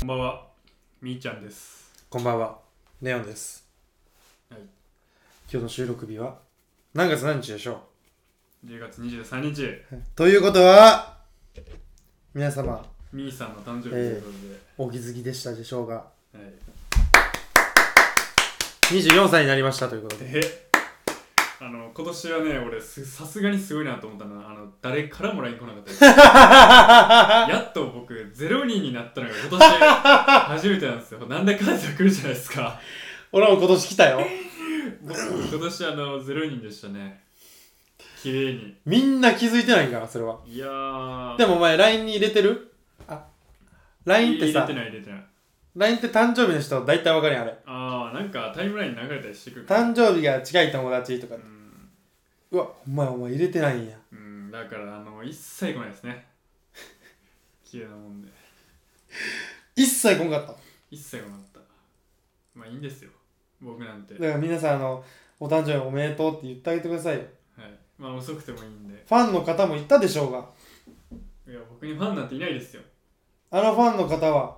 こんばんは、みーちゃんです。こんばんは、ネオンです。はい今日の収録日は何月何日でしょ10月23日、うということは、皆様、みーさんの誕生日ということで、お気づきでしたでしょうが、はい、 24歳になりましたということで、で、あの、今年はね、俺す、さすがにすごいなと思ったのは、あの、誰からも LINE 来なかったで す。やっと僕、0人になったのが今年初めてなんですよ。なんで関西来るじゃないですか。俺も今年来たよ。僕、今年あの、0人でしたね。綺麗に。みんな気づいてないんかな、それは。いやー、でもお前、LINE に入れてるあ、LINE って入れさて、ない入れてない。 LINE って誕生日の人、大体わかるやん、あれ。あー、なんかタイムラインに流れたりしてくるから。誕生日が近い友達とかう、んうわ、お前、お前入れてないんや。うん、だからあの一切来ないですね。綺麗なもんで。一切来んかった。一切来なかった。まあいいんですよ。僕なんて。はだから皆さん、あの、お誕生日おめでとうって言ってあげてくださいよ。い。まあ遅くてもいいんで。ファンの方もいたでしょうが、いや、僕にファンなんていないですよ。あのファンの方は、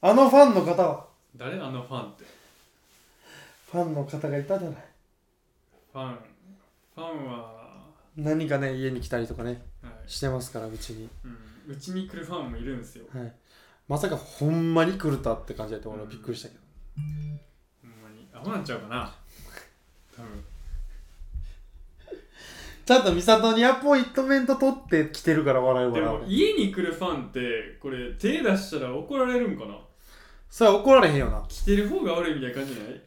あのファンの方は、誰あのファンって。ファンの方がいたじゃない。ファン。ファンは、は何かね、家に来たりとかね、い。してますから、うちに。うん。うちに来るファンもいるんですよ。はい。まさか、ほんまに来るたって感じだって、俺はびっくりしたけど。ほんまに。アホなんちゃうかな。多分。ちゃんと美里にアポイントメント取って来てるから笑うで笑もう。家に来るファンって、これ手出したら怒られるんかな。それは怒られへんよな。来てる方が悪いみたいな感じじゃない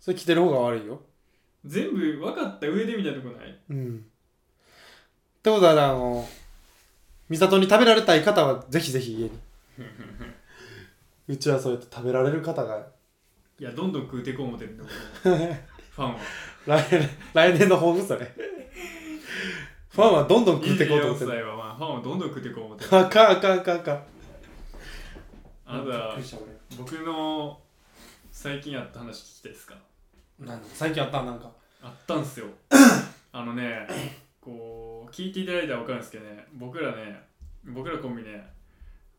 それ来てる方が悪いよ。全部分かった上でみたいなとこない うん。ってことは、あの、美里に食べられたい方は、ぜひぜひ家に。うちはそうやって食べられる方がいや、どんどん食うてこう思ってるんだけど、ファンは。来年来年の抱負それファンはどんどん食ってこうと思って24る歳は、まあ、ファンはどんどん食ってこう思ってる。あかんあかんあかんあかんあなた、僕の最近あった話聞きたいですかなんだ最近あったなんかあったんす よ。あのね、こう、聞いていただいたら分かるんですけどね、僕らね、僕らコンビね、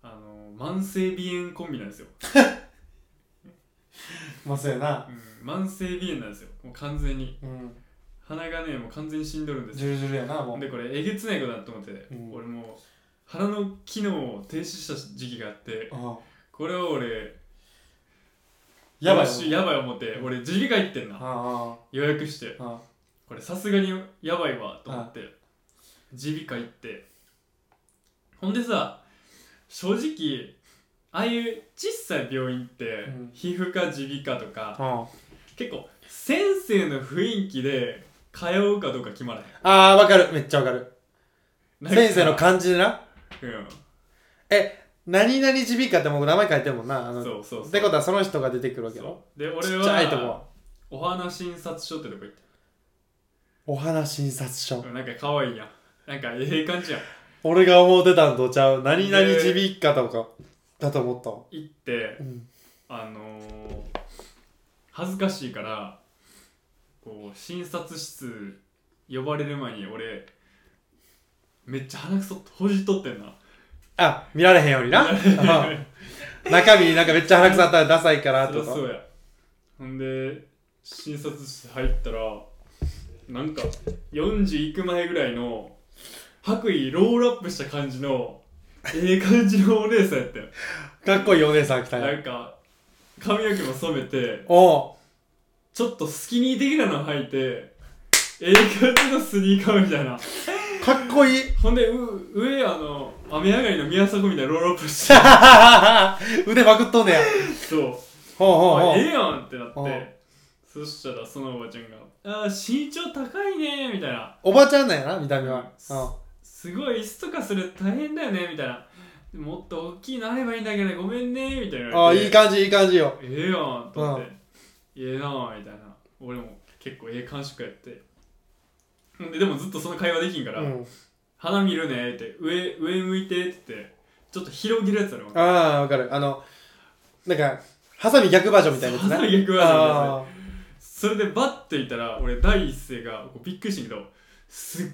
あの、慢性鼻炎コンビなんですよ。まあそうやなうん、慢性鼻炎なんですよ。もう完全に。うん鼻がね、もう完全に死んどるんですよジュルジュルやなもうでこれえげつないことだと思って、うん俺もう腹の機能を停止した時期があってあこれは俺やばいどうしやばい思って俺耳鼻科行ってんなあ予約してあああこれさすがにやばいわと思って耳鼻科行ってほんでさ正直ああいう小さい病院って、ん皮膚科耳鼻科とかあ結構先生の雰囲気で通うかどうか決まらへあーわかるめっちゃわかるんなんか先生の感じでなうん何々耳鼻科ってもう名前書いてるもんなあのそうそうそうってことはその人が出てくるわけよそうでち俺っちゃいとはこお花診察所ってとこ行っお花診察所たなんか可愛いやんなんかええ感じやん俺が思ってたんとちゃう何々耳鼻科とかだと思ったわ行ってうんあのー、恥ずかしいからこう診察室呼ばれる前に俺めっちゃ鼻くそほじっとってんなあ見られへんようになああ中身なんかめっちゃ腹くさったらダサいからそりとゃかそうやほんで診察室入ったらなんか40いく前ぐらいの白衣ロールアップした感じのええ感じのお姉さんやったよかっこいいお姉さん来たなよんか髪の毛も染めておちょっとスキニー的なの履いてええ感じのスニーカーみたいなうかっこいい ほんでう上あの雨上がりの宮迫みたいなロールアップして腕まくっとんねやそうほうほうほあえうえやんってなっおうてそしたらそのおばちゃんが「あー身長高いね」みたいなおばちゃんなんやな見た目うんは「すごい椅子とかする大変だよね」みたいな「もっと大きいのあればいいんだけどごめんね」みたいな言あわあれていい感じいい感じよええやんと思って、ええなあみたいな俺も結構ええ感触やってほんででもずっとその会話できんかうら「ん花見るね」って「上上向いて」って言ってちょっと広げるやつだろああわかるあのなんかハサミ逆バージョンみたいなやつなハサミ逆バージョンみたいなやつあそれでバッていたら俺第一声がこうびっくりしたけどすっ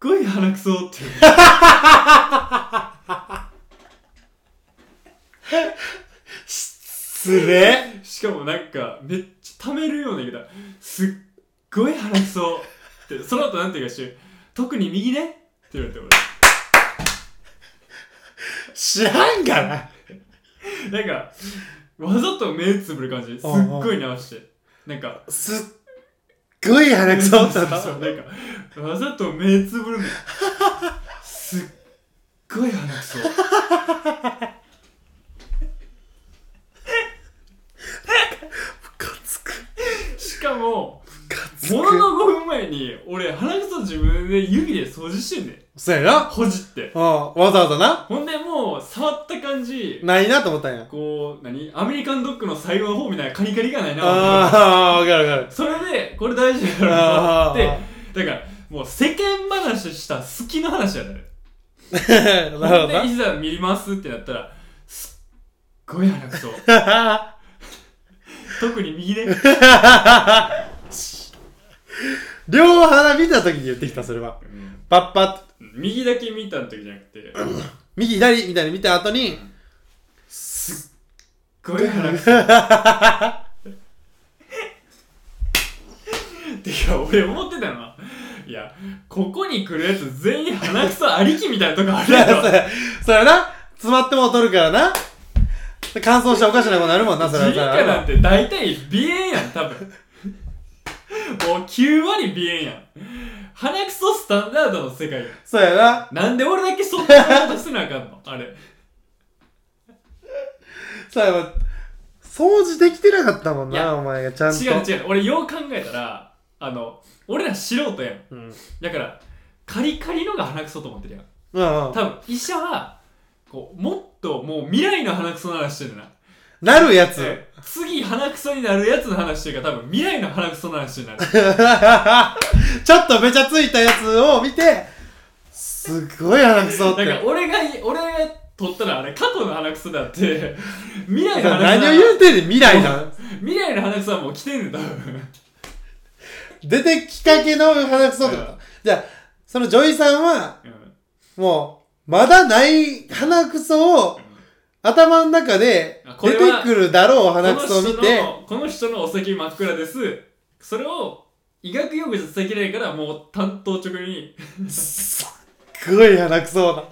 ごい鼻くそって言うつれ しかもなんかめっちゃ溜めるような言い方すっごい話しそうってその後なんて言うかし特に右ねって言われて俺知らんがな なんかわざと目つぶる感じすっごい直してなん かすっごい鼻くそだった そうそうのなんかわざと目つぶるのすっごい鼻くそムカつくしかもムカつもののく5分前に俺鼻くそ自分で指で掃除してんねんそうやなほじってうんわざわざなほんでもう触った感じないなと思ったんやこう何アメリカンドッグの最後の方みたいなカリカリがないなああ分かる分かるそれでこれ大事だあろうーなってだからもう世間話した好きの話やね なるほどでいざ見ますってなったらすっごい鼻く そな。特に右ね両鼻見た時に言ってきた、それは。パッパッと。右だけ見た時じゃなくて右、左みたいに見た後に、すっごい鼻くそてか俺思ってたのはいやここに来るやつ全員鼻くそありきみたいなとこある そやろれ、それな、詰まっても取るからな。乾燥しておかしなことになるもんな、それ耳鼻科なんは。て大体鼻炎やん多分もう9割鼻炎やん鼻くそスタンダードの世界やんそうやな。なんで俺だけそんなことせなあかんのあれそうやわ、掃除できてなかったもんいやな、お前がちゃんと。違う違う俺よう考えたらあの俺ら素人やんうん。うんだからカリカリのが鼻くそと思ってるやんう多ん。分医者はこうもっともう未来の鼻くその話してるななるやつ。 次鼻くそになるやつの話してるから多分未来の鼻くその話になるちょっとべちゃついたやつを見て、すごい鼻くそっだてか。ら俺が俺が取ったらあれ過去の鼻くそだって未来の鼻何くをそ言うてんねん未来の未来の鼻くそはもう来てんねん多分出てきかけの鼻くそってこうとんじゃあその女医さんはうんもうまだない鼻くそを頭の中であこ出れてはくるだろうこ鼻のくそを人見てのこの人のお先真っ暗ですそれを医学用語じゃ伝えきれないからもう担当直入にすっごい鼻くそだ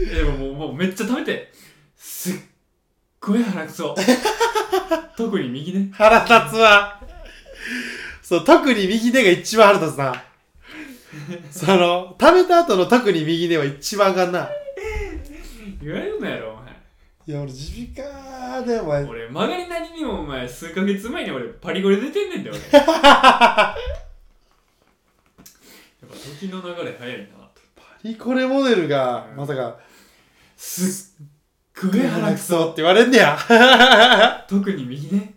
えでももうもうめっちゃ食べてすっごい鼻くそ特に右ね腹立つわそう特に右手が一番腹立つなその食べた後の特に右手は一番あかんな言われるのやろおいや俺耳鼻科でお前前俺曲がりなりにもお前数ヶ月前に俺パリゴリ出てんねんだよ俺やっぱ時の流れ早いなとリコレモデルがまさかすっごい鼻鼻くくそっそて言われんねや特に右ね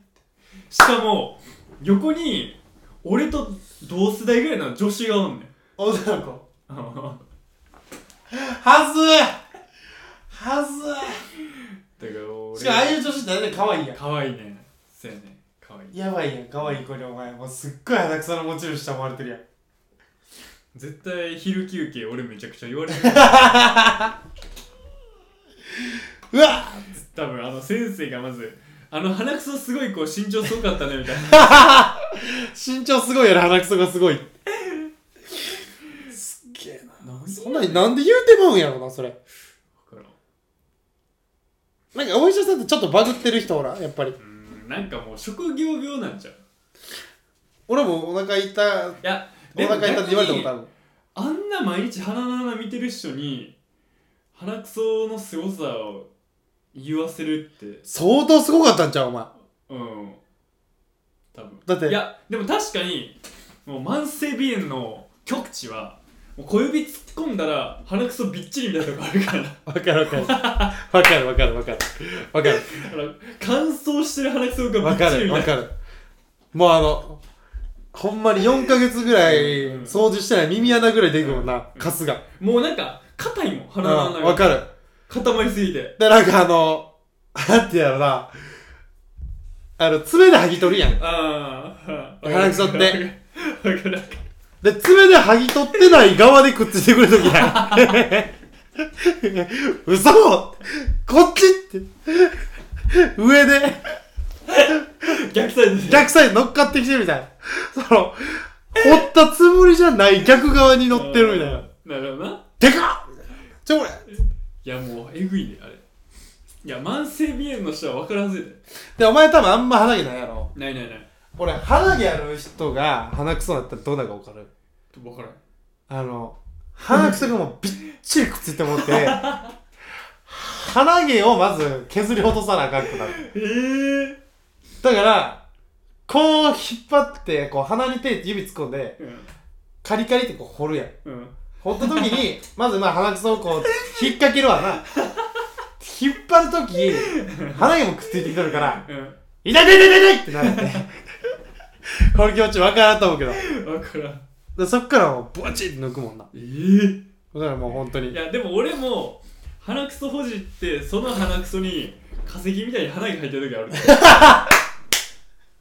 しかも横に俺と同世代ぐらいの女子がおんねん女の 子だはずいはずからい俺しかもああいう女子って大体可愛いやんかわいいねそうやねかわいいやばいやん可愛い子にお前もうすっごい鼻くその持ち主と思われてるやん絶対昼休憩俺めちゃくちゃ言わ れるうわ多分あの先生がまずあの鼻くそすごいこう身長すごかったねみたいな身長すごいよね鼻くそがすごいすっげえなそんなになんで言うてまうんやろなそれからんなんかお医者さんってちょっとバグってる人ほらやっぱりうんなんかもう職業病なんちゃう俺もお腹痛いいやお腹痛いって言われた逆ことあにるあんな毎日鼻の穴見てる人に鼻くそのすごさを言わせるって相当すごかったんちゃうお前うん多分だっていやでも確かにもう慢性鼻炎の極致はもう小指突っ込んだら鼻くそびっちりみたいなとこあるからわかるわかるわかるわかるわかるわかるあの乾燥してる鼻くそがびわっちかり るみたわいなかるもうあのほんまに4ヶ月ぐらいうん掃除してない耳穴ぐらい出てくるもんなうんカスがもうなんか硬いもんうん鼻の穴わがかる固まりすぎてでなんかあのなんてやろなあの爪で剥ぎ取るやんああ鼻くそって分かる分かるで爪で剥ぎ取ってない側でくっついてくるときやん 嘘こっちって。上で、逆サイドで逆サイド乗っかってきてるみたいな。その、掘ったつもりじゃない逆側に乗ってるみたいな。なるほどなでかっちょ、これ。いやもうえぐいねあれいや慢性鼻炎の人は分からんぜで、お前多分あんま鼻毛ないやろ。ないないない俺、鼻毛ある人が鼻くそだったらどうなるか分かる分からんあの、鼻くそがもうびっちりくっついてもって、鼻毛をまず削り落とさなあかんくなる。ええだから、こう引っ張って、こう鼻に手指突っ込んで、カリカリってこう掘るやん。うんうん掘った時に、まずまあ鼻くそをこう、引っ掛けるわな。引っ張る時、鼻毛もくっついてきてるから、う痛い痛い痛い痛いってなるって。この気持ちわからんと思うけど。ん分からんでそっからもう、ブワチって抜くもんな。ええだからもう本当いに。やでも俺も鼻くそほじってその鼻くそに化石みたいに鼻が入ってる時ある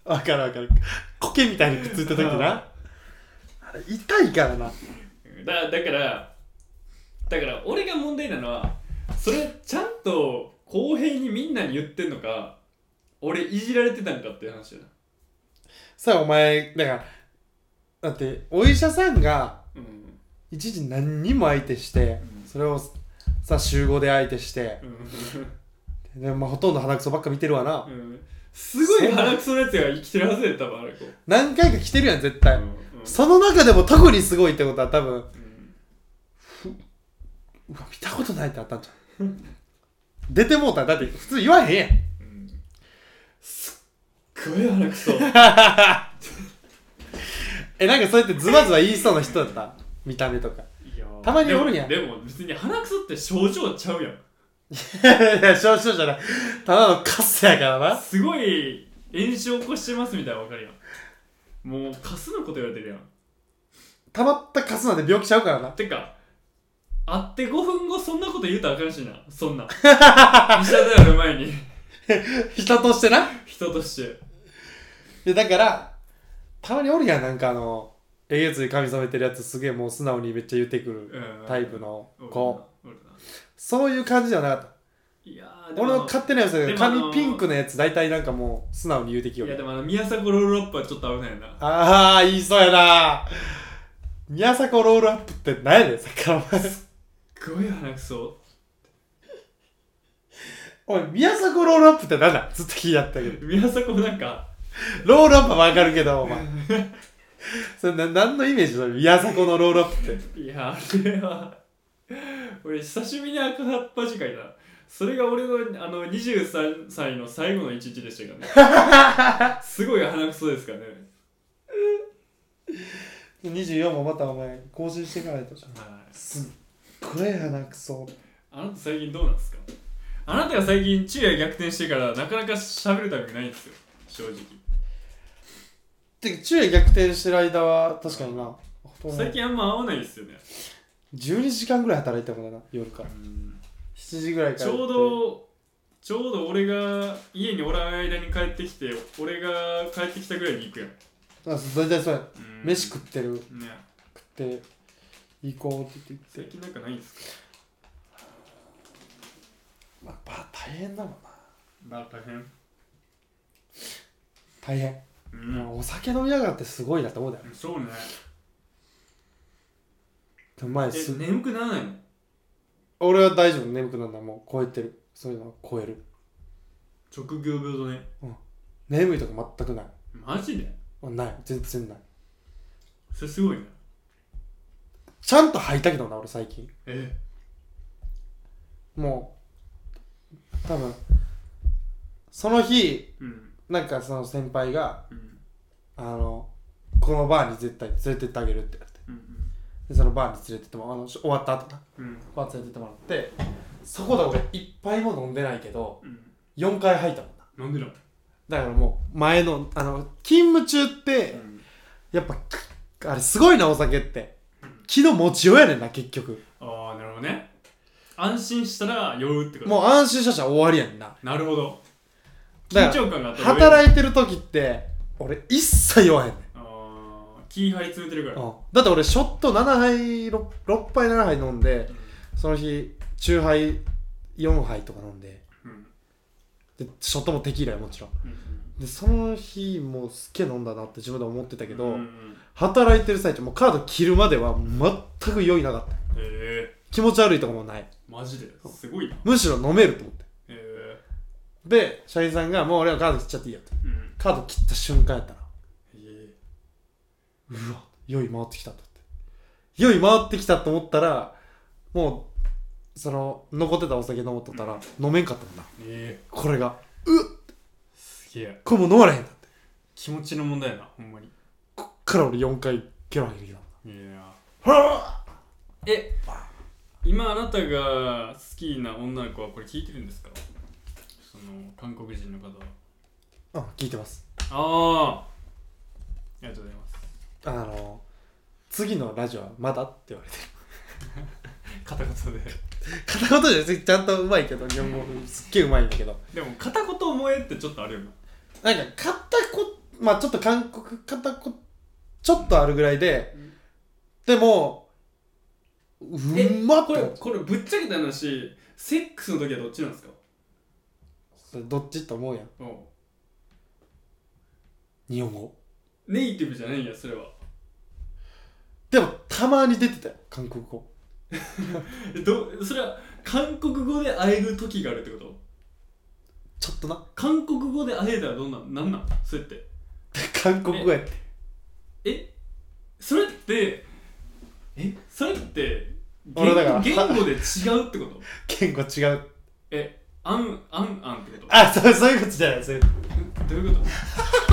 わかるわかる。苔みたいにくっついた時な。あれ痛いからな。だだからだから俺が問題なのはそれちゃんと公平にみんなに言ってんのか俺いじられてたんかっていう話だなさあお前、だから、だって、お医者さんが、うん一時何にも相手して、うんそれをさ集合で相手してう、んでまあ、ほとんど鼻くそばっか見てるわな、うんすごい鼻くそのやつが生きてるはずや多分あれこう何回か来てるやん絶対、うんうんその中でも特にすごいってことは多分うんうわ見たことないってあったんじゃん 出てもうたらだって普通言わへんやんうんすっごい鼻くそえなんかそうやってズバズバ言いそうな人だった見た目とか いや たまにおるんやでもでも別に鼻くそって症状ちゃうやんいや少々じゃないただのカスやからなすごい炎症起こしてますみたいなの分かるやんもうカスのこと言われてるやんたまったカスなんて病気ちゃうからなてか会って5分後そんなこと言うたらあかんしなそん な医者である前に人としてな人としてでだからたまにおるやんなんかあのえげつい髪染めてるやつすげえもう素直にめっちゃ言ってくるうんタイプのおる子なおるなそういう感じじゃなかったいやーでも俺の勝手なやつだけでどもあの髪ピンクのやつ大体なんかもう素直に言うてきよいるやでもあの宮迫ロールアップはちょっと危ないなああ言いそうやな宮迫ロールアップって何やねんさっきからお前すごい鼻くそおい宮迫ロールアップって何だずっと気になったけど宮迫なんかロールアップはわかるけどお前それな何のイメージだ宮迫のロールアップっていやあれは俺久しぶりに赤葉っぱ次会だそれが俺のあの23歳の最後の一日でしたからね すごい鼻くそですからね24もまたお前更新していかないとじゃんはいすっごい鼻くそあなた最近どうなんですかあなたが最近昼夜逆転してからなかなか喋るタイミングないんですよ正直てか昼夜逆転してる間は確かにな最近あんま会わないですよね12時間ぐらい働いたもんな夜から7時ぐらいかちらょうどちょうど俺が家におらん間に帰ってきて俺が帰ってきたぐらいに行くやんどあそう大体そうやうん飯食ってるね食って行こうって言最って、近なんかないんですかまあ、ば大変だもんまなあ大変大変、うまあんお酒飲みながらってすごいなと思うだよそうねでも前すえ眠くならないの俺は大丈夫眠くなるのはもう超えてるそういうのは超える職業病とね眠いとか全くないマジであない全然ないそれすごいなちゃんと吐いたけどな俺最近えもう多分その日うんなんかその先輩がうんあのこのバーに絶対連れてってあげるって言われてうんでそのバーに連れてってもらうあのし終わった後なうんバー連れてってもらってそこで俺一杯も飲んでないけどうん4回吐いたもんななんでだだからもう前のあの勤務中ってやっぱあれすごいなお酒って気の持ちようやねんな結局ああなるほどね安心したら酔うってこともう安心したしたら終わりやんななるほど緊だから張感があったい働いてる時って俺一切酔わへんねんあー気張り詰めてるからうんだって俺ショット7杯 6, 杯7杯飲んでその日チューハイ4杯とか飲んでうんでショットもテキーラよもちろんうんでその日もうすっげえ飲んだなって自分で思ってたけど、うんうん働いてる最中もうカード切るまでは全く酔いなかったえ気持ち悪いとかもないー、マジですごいなむしろ飲めると思ってえで社員さんが「もう俺はカード切っちゃっていいよ」とー、うんカード切った瞬間やったらえうわ酔い回ってきたと思って酔い回ってきたと思ったらもうその残ってたお酒飲もうとったら飲めんかったもんなー、えこれがー、すげえこれもう飲まれへんだって気持ちの問題やなほんまにこっから俺4回ゲロ吐いてきたもんないやほらえ今あなたが好きな女の子はこれ聞いてるんですかその韓国人の方はあ聞いてますああありがとうございますあの次のラジオはまだって言われて 片言で片言じゃないちゃんとうまいけど日本語すっげえうまいんだけど でも片言思えってちょっとあるよななんか片言まあちょっと韓国片言ちょっとあるぐらいで、うんでもうまっこれとこれぶっちゃけた話セックスの時はどっちなんですかどっちと思うやん日本語ネイティブじゃないんやそれはでもたまに出てたよ韓国語えどそれは韓国語で会える時があるってことちょっ とな韓国語で会えたらどんなんなんなんそれって韓国語やってえそれってえそれって言俺だから言語で違うってこと言語違うえあんあんあんってことあそうそういうことじゃないそういうこどういうこと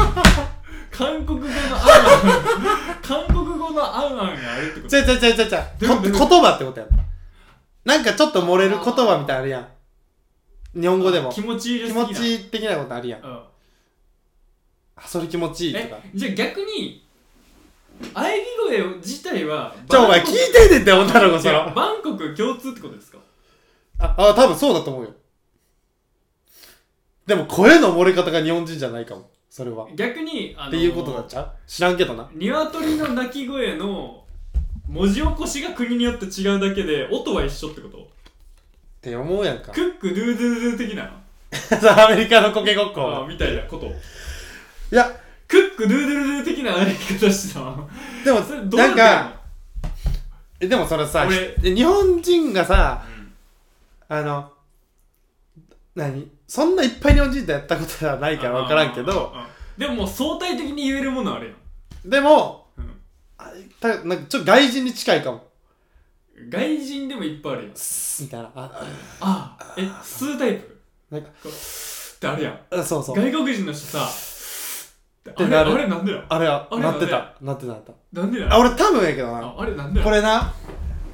韓国語のアンアン韓国語のアンアンがあるってことと違う違う違う違う違どういううことこ言葉ってことやんなんかちょっと漏れる言葉みたいなのあるやん日本語でも気持ちいいで気す持ちいい的なことあるやんうんあそれ気持ちいいとえかじゃあ逆に喘ぎ声自体はじゃあお前聞いてんねんだよ女の子そいれやバンコク共通ってことですかあ、あ、多分そうだと思うよ。でも声の漏れ方が日本人じゃないかも。それは。っ逆にあのていうことだっちゃう知らんけどな。鶏の鳴き声の文字起こしが国によって違うだけで音は一緒ってことって思うやんか ク。ックドゥドゥドゥ的なさアメリカのコケごっあこ。みたいなこといや、クックドゥドゥドゥ的なやり方してた わでもそれ、どうなやってやんるか、えでもそれさ、俺ひ日本人がさ、のうんあの、何そんないっぱい日本人とやったことはないから分からんけど、あああでももう相対的に言えるものはあるやでも、ん、あたなんかちょっと外人に近いかも。うん、外人でもいっぱいあるやんスッみたいな。あ、ああえ数タイプなんかこうってあるやんあそうそう。外国人の人さてあれなるあれなんでだあれは、あれなってなんた。なってた、なってなんでだた。あ、俺多分やけどな。ああれなんでだこれな、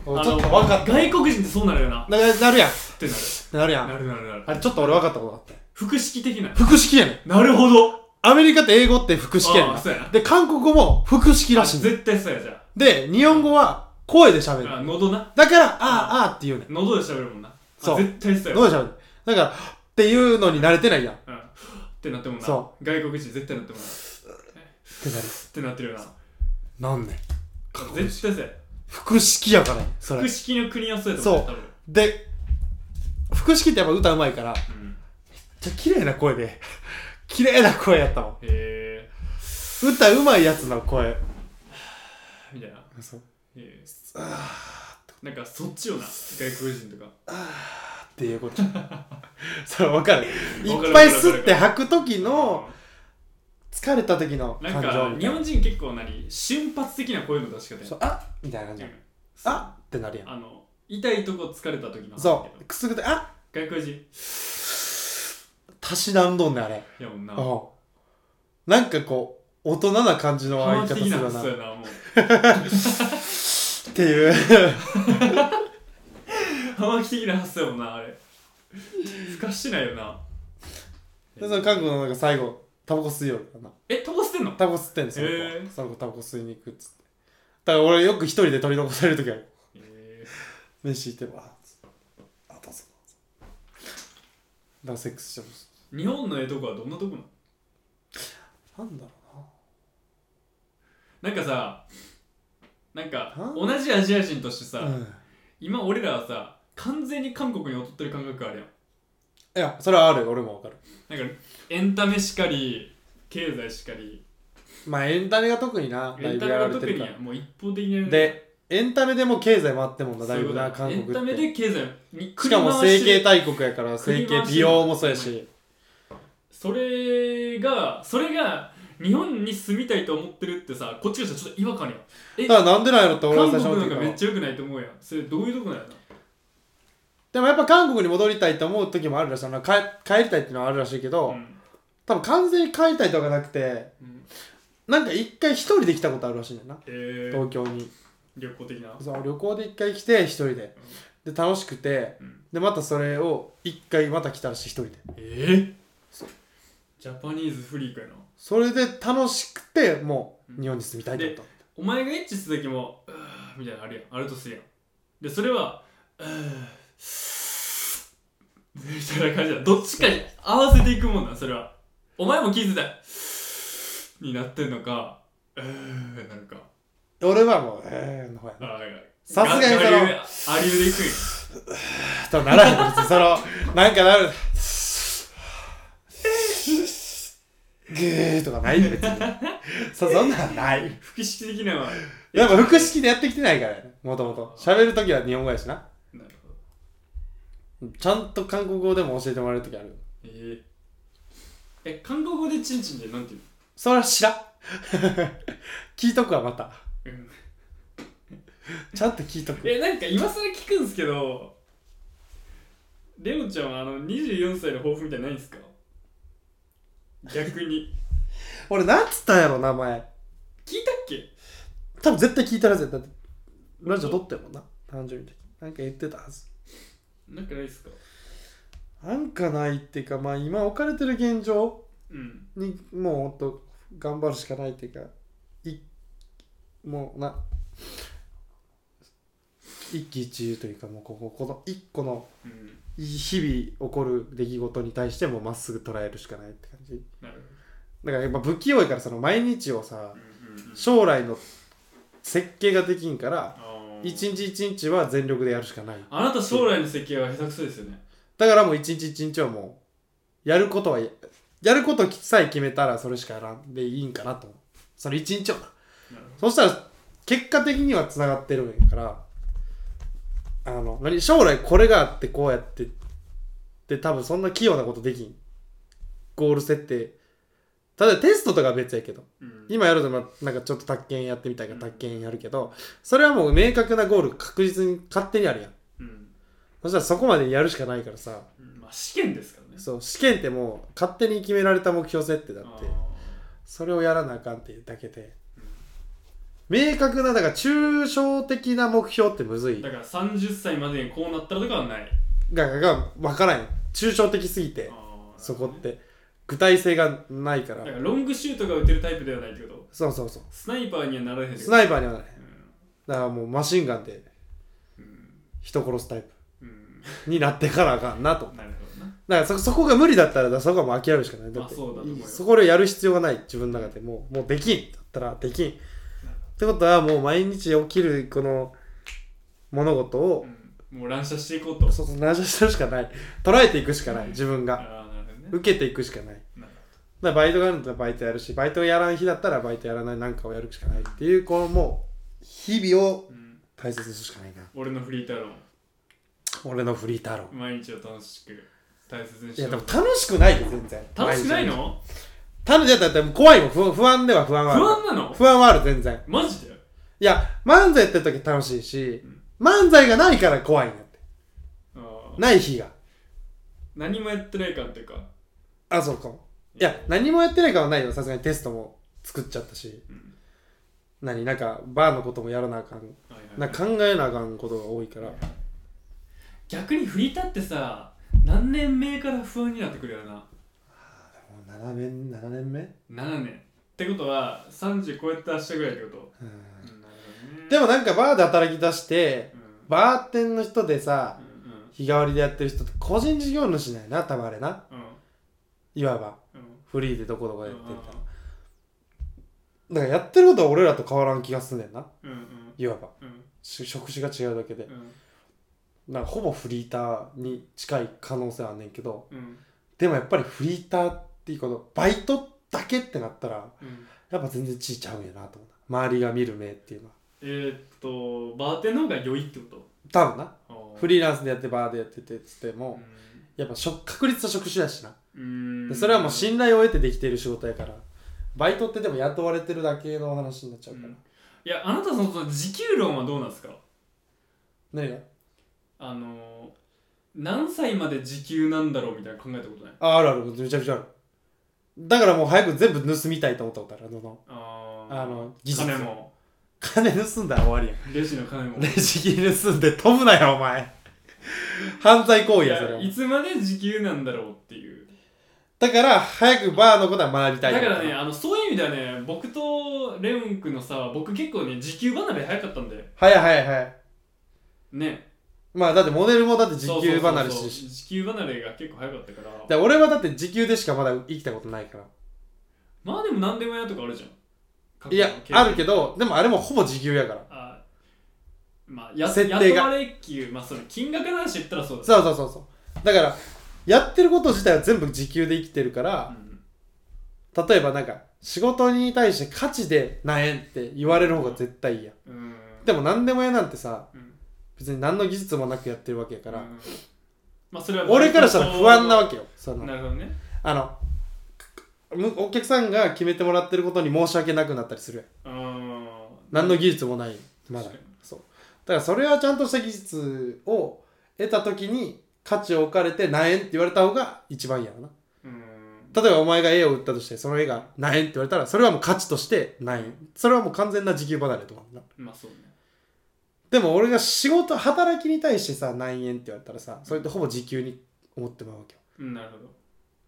ちょあっのと分かった。外国人ってそうなるよなっななるやん。てなるなるや。なんるなるなるあれ、ちょっと俺分かったことがあって。複式的な複式やねん。なるほどアメリカって英語って複式やね。あーそうやなんで、韓国語も複式らしいねん。絶対そうやじゃで、日本語は声で喋る。ああ喉なだから、あーあーって言うねん。喉で喋るもんなあそう絶対そうやどうで喋るだから、っていうのに慣れてないやん。っうんってなってもんなそ外国人絶対なってもんなってなる。てなってるよななんねん。絶対そうや複式やからねそ複れ。式の国はそうやと思うそ多分で、複式ってやっぱ歌うまいから、うんじゃ綺麗な声で、綺麗な声やったもん。へえ歌うまいやつの声。みたいなそうへえなんかそっちよな外国人とかっていうこと それ分かるいわかるっぱい吸って吐く時のう疲れた時のんなん感情かみた日いな本人結構何瞬発的な声の出し方やんそうあみたいな感じうんあってなるやんあの痛いとこ疲れた時のそうくすぐってあ外国人たしなんどんねんあれやもんなうんなんかこう大人な感じのハ相マ方的するなよ発な想っやなもて いううハマ的な発想やもんなあれふかしてないよなでその韓国のなんか最後タバコ吸いよるからなえタバコ吸ってんのタバコ吸ってんですよ、へーその子タバコ吸いに行くっつってだから俺よく一人で取り残される時あるえ飯行ってばあどうぞどうぞだからセックスしてますー日本のええとこはどんなとこなのなんだろうななんかさなんかは同じアジア人としてさうん今俺らはさ完全に韓国に劣ってる感覚あるやんいやそれはある俺もわかるなんかエンタメしかり経済しかりまあエンタメが特になだエいンタぶメやがられて特るにかやらんもう一方的にやるでエンタメでも経済もあってもんなそだういいうこぶとな韓エ国ンタメっで経済にてしかも繰り回整し形大国やから整繰り形回し美容もそうやしそれがそれが日本に住みたいと思ってるってさこっちがしたらちょっと違和感あるえだからなんでなんやろってや俺はん最韓初国なん思ったかけめどっちゃ良くないと思うやんそれどういうとこなんやろなでもやっぱ韓国に戻りたいと思う時もあるらしいなか帰りたいっていうのはあるらしいけど、うん多分完全に帰りたいとかなくてうんなんか一回一人で来たことあるらしいんだよなえー東京に旅行的なそう旅行で一回来て一人でで楽しくてうんでまたそれを一回また来たらしい一人でえージャパニーズフリークやなそれで楽しくてもううん日本に住みたいってこお前がエッチする時も「うーみたいなのあるやんあるとするやんでそれは「うーみたいな感じだどっちかに合わせていくもんなんそれはお前も気づいたうーになってんのか「うーなんかと俺はもうえーの方やなあーさすがにそのガリューアリューでいくんやとはならへん別にそのなんかなる グーとかないよ別にそうそんなんない不意識的なのはやっぱ腹式でやってきてないからもともと喋るときは日本語やしななるほどちゃんと韓国語でも教えてもらえるときあるえーえ韓国語でチンチンってなんて言うのそれは知らん 聞いとくわまたうんちゃんと聞いとくえなんか今更聞くんすけどレオちゃんはあの24歳の抱負みたいなのないんすか逆に俺なんつったんやろ名前聞いたっけ多分絶対聞いたらずやだってラジオ撮ってるもんな誕生日の時なんか言ってたはずなんかないっすかなんかないっていうかまあ今置かれてる現状うんにもうほんと頑張るしかないっていうかいもうな一喜一憂というかもうこここの一個のうん日々起こる出来事に対してもうまっすぐ捉えるしかないって感じなるだからやっぱ不器用やからその毎日をさほどうんうんうん将来の設計ができんからあー一日一日は全力でやるしかないあなた将来の設計は下手くそですよねだからもう一日一日はもうやることはややることさえ決めたらそれしかやらんでいいんかなと思うその一日をななるほそしたら結果的にはつながってるんやからあの何将来これがあってこうやってで多分そんな器用なことできんゴール設定ただテストとかは別やけどど、うん、今やるとななんかちょっと宅建やってみたいからうん宅建やるけどそれはもう明確なゴール確実に勝手にあるやんうん、そしたらそこまでやるしかないからさうんまあ試験ですからねそう試験ってもう勝手に決められた目標設定だってあそれをやらなあかんっていうだけでうん明確なだから抽象的な目標ってむずーいだから30歳までにこうなったらとかはないががが分からん抽象的すぎてあーそこって具体性がないかだらからロングシュートが打てるタイプではないってことそうそうそうスナイパーにはならへんってことスナイパーにはないうんだからもうマシンガンでうん人殺すタイプうんになってからあかんなとなるほどな。だからそそこが無理だったらだそこはもう諦めるしかないまあそうだと思うよそこでやる必要がない自分の中でもうもうできんだったらできんってことはもう毎日起きるこの物事をうん、もう乱射していこうと。そうそう何をしてるしかない捉えていくしかない自分がああ、なるほどね。受けていくしかないだかなるらバイトがあるんだったらバイトやるしバイトをやらん日だったらバイトやらないなんかをやるしかないっていうこのもう日々をほどうん、大切にするしかないな俺のフリータロー、俺のフリー太郎毎日を楽しく大切にしいやよでうも。楽しくないで全然楽しくないの楽しいだったら怖いもん不安不安では不安不はある安なの不安はある全然マジでいや漫才やってる時楽しいしうん漫才がないから怖いんやってあーない日が何もやってない感っていうか。あそうかもいや、何もやってないからないよ。さすがにテストも作っちゃったし。うん、何なんか、バーのこともやらなあかん。はいはいはいなんか考えなあかんことが多いから。逆にフリータってさ、何年目から不安になってくるよな。もう7年、7年目7年。ってことは、30超えた明日ぐらいってこと。うんうんなるほどねでもなんか、バーで働き出して、うんバーテンの人でさ、うん日替わりでやってる人って個人事業主なんやな、多分あれな。うんいわば、うんうんフリーでどこどこでやってうんるだからやってることは俺らと変わらん気がすんねんな。うんうんいわば。うんし職種が違うだけで。うんなんかほぼフリーターに近い可能性はあんねんけどうんでもやっぱりフリーターっていうことバイトだけってなったらうんやっぱ全然ちいちゃうんやなと思った周りが見る目っていうのはえー、っとバーテンの方が良いってこ多分なとフーリーランスでやってバーでやっててっつっても、やっぱ職確率と職種やしなうんでそれはもう信頼を得てできている仕事やからバイトってでも雇われてるだけの話になっちゃうから、うんいやあなたそのその時給論はどうなんですか何があの何歳まで時給なんだろうみたいな考えたことないああるあるめちゃくちゃあるだからもう早く全部盗みたいと思ったことあるあのあーあの技術金も金盗んだら終わりやレジの金 もレジ金盗んで飛ぶなよお前犯罪行為いやそれやはいつまで時給なんだろうっていうだから早くバーのことは学びただいからねあのそういう意味ではね僕とレオン君のさ僕結構ね時給離れ早かったんではいはいはいねまあだってモデルもだって時そうそうそう給そう離れしてるし時給離れが結構早かったからで俺はだって時給でしかまだ生きたことないからまあでも何でもやとかあるじゃん過去いのや経験あるけどでもあれもほぼ時給やからあまあや設定が雇われ給まあその金額の話言ったらそうだそうそうそうそうだからやってること自体は全部時給で生きてるから、うん例えばなんか仕事に対して価値で何円って言われる方が絶対いいやんうんでも何でもええなんてさうん別に何の技術もなくやってるわけやかうら、んまあそれは俺からしたら不安なわけよそのなるほどねあのむお客さんが決めてもらってることに申し訳なくなったりするやんうん何の技術もないまだ確かにそうだからそれはちゃんとした技術を得た時に価値を置かれて何円って言われた方が一番いいやろなうん例えばお前が絵を売ったとしてその絵が何円って言われたらそれはもう価値として何円それはもう完全な時給離れとかなまあそうねでも俺が仕事働きに対してさ何円って言われたらさそれってほぼ時給に思ってまうわけようんなるほど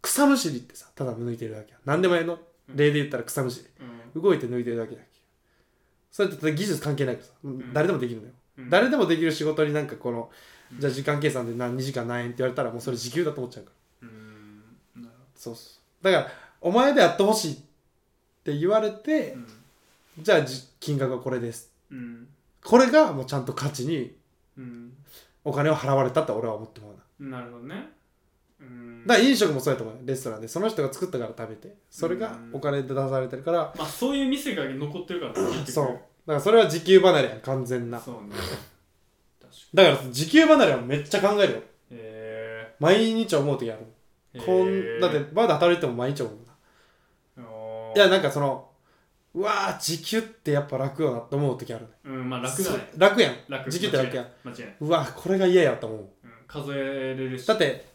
草むしりってさただ抜いてるだけや何でもええの例で言ったら草むしうんり動いて抜いてるだけだっけそれって技術関係ないからさん誰でもできるのよ、うん誰でもできる仕事になんかこのうんじゃあ時間計算で何2時間何円って言われたらもうそれ時給だと思っちゃうからうんなるそうそうだからお前でやってほしいって言われて、ほどじゃあじ金額はこれですうんこれがもうちゃんと価値にうんお金を払われたって俺は思ってもらうなうんなるほどねうんだから飲食もそうやと思うよレストランでその人が作ったから食べてそれがうんお金で出されてるからまあそういう店が残ってるからね結局そうだからそれは時給離れやん完全なそうね確かにだから時給離れはめっちゃ考えるよへ毎日思う時あるえこんだってバーで働いても毎日思うないやなんかそのうわー時給ってやっぱ楽よなって思う時あるねうんまあ楽だねそう楽やん楽時給って楽やん間違いないうわこれが嫌やと思ううん数えれるしだって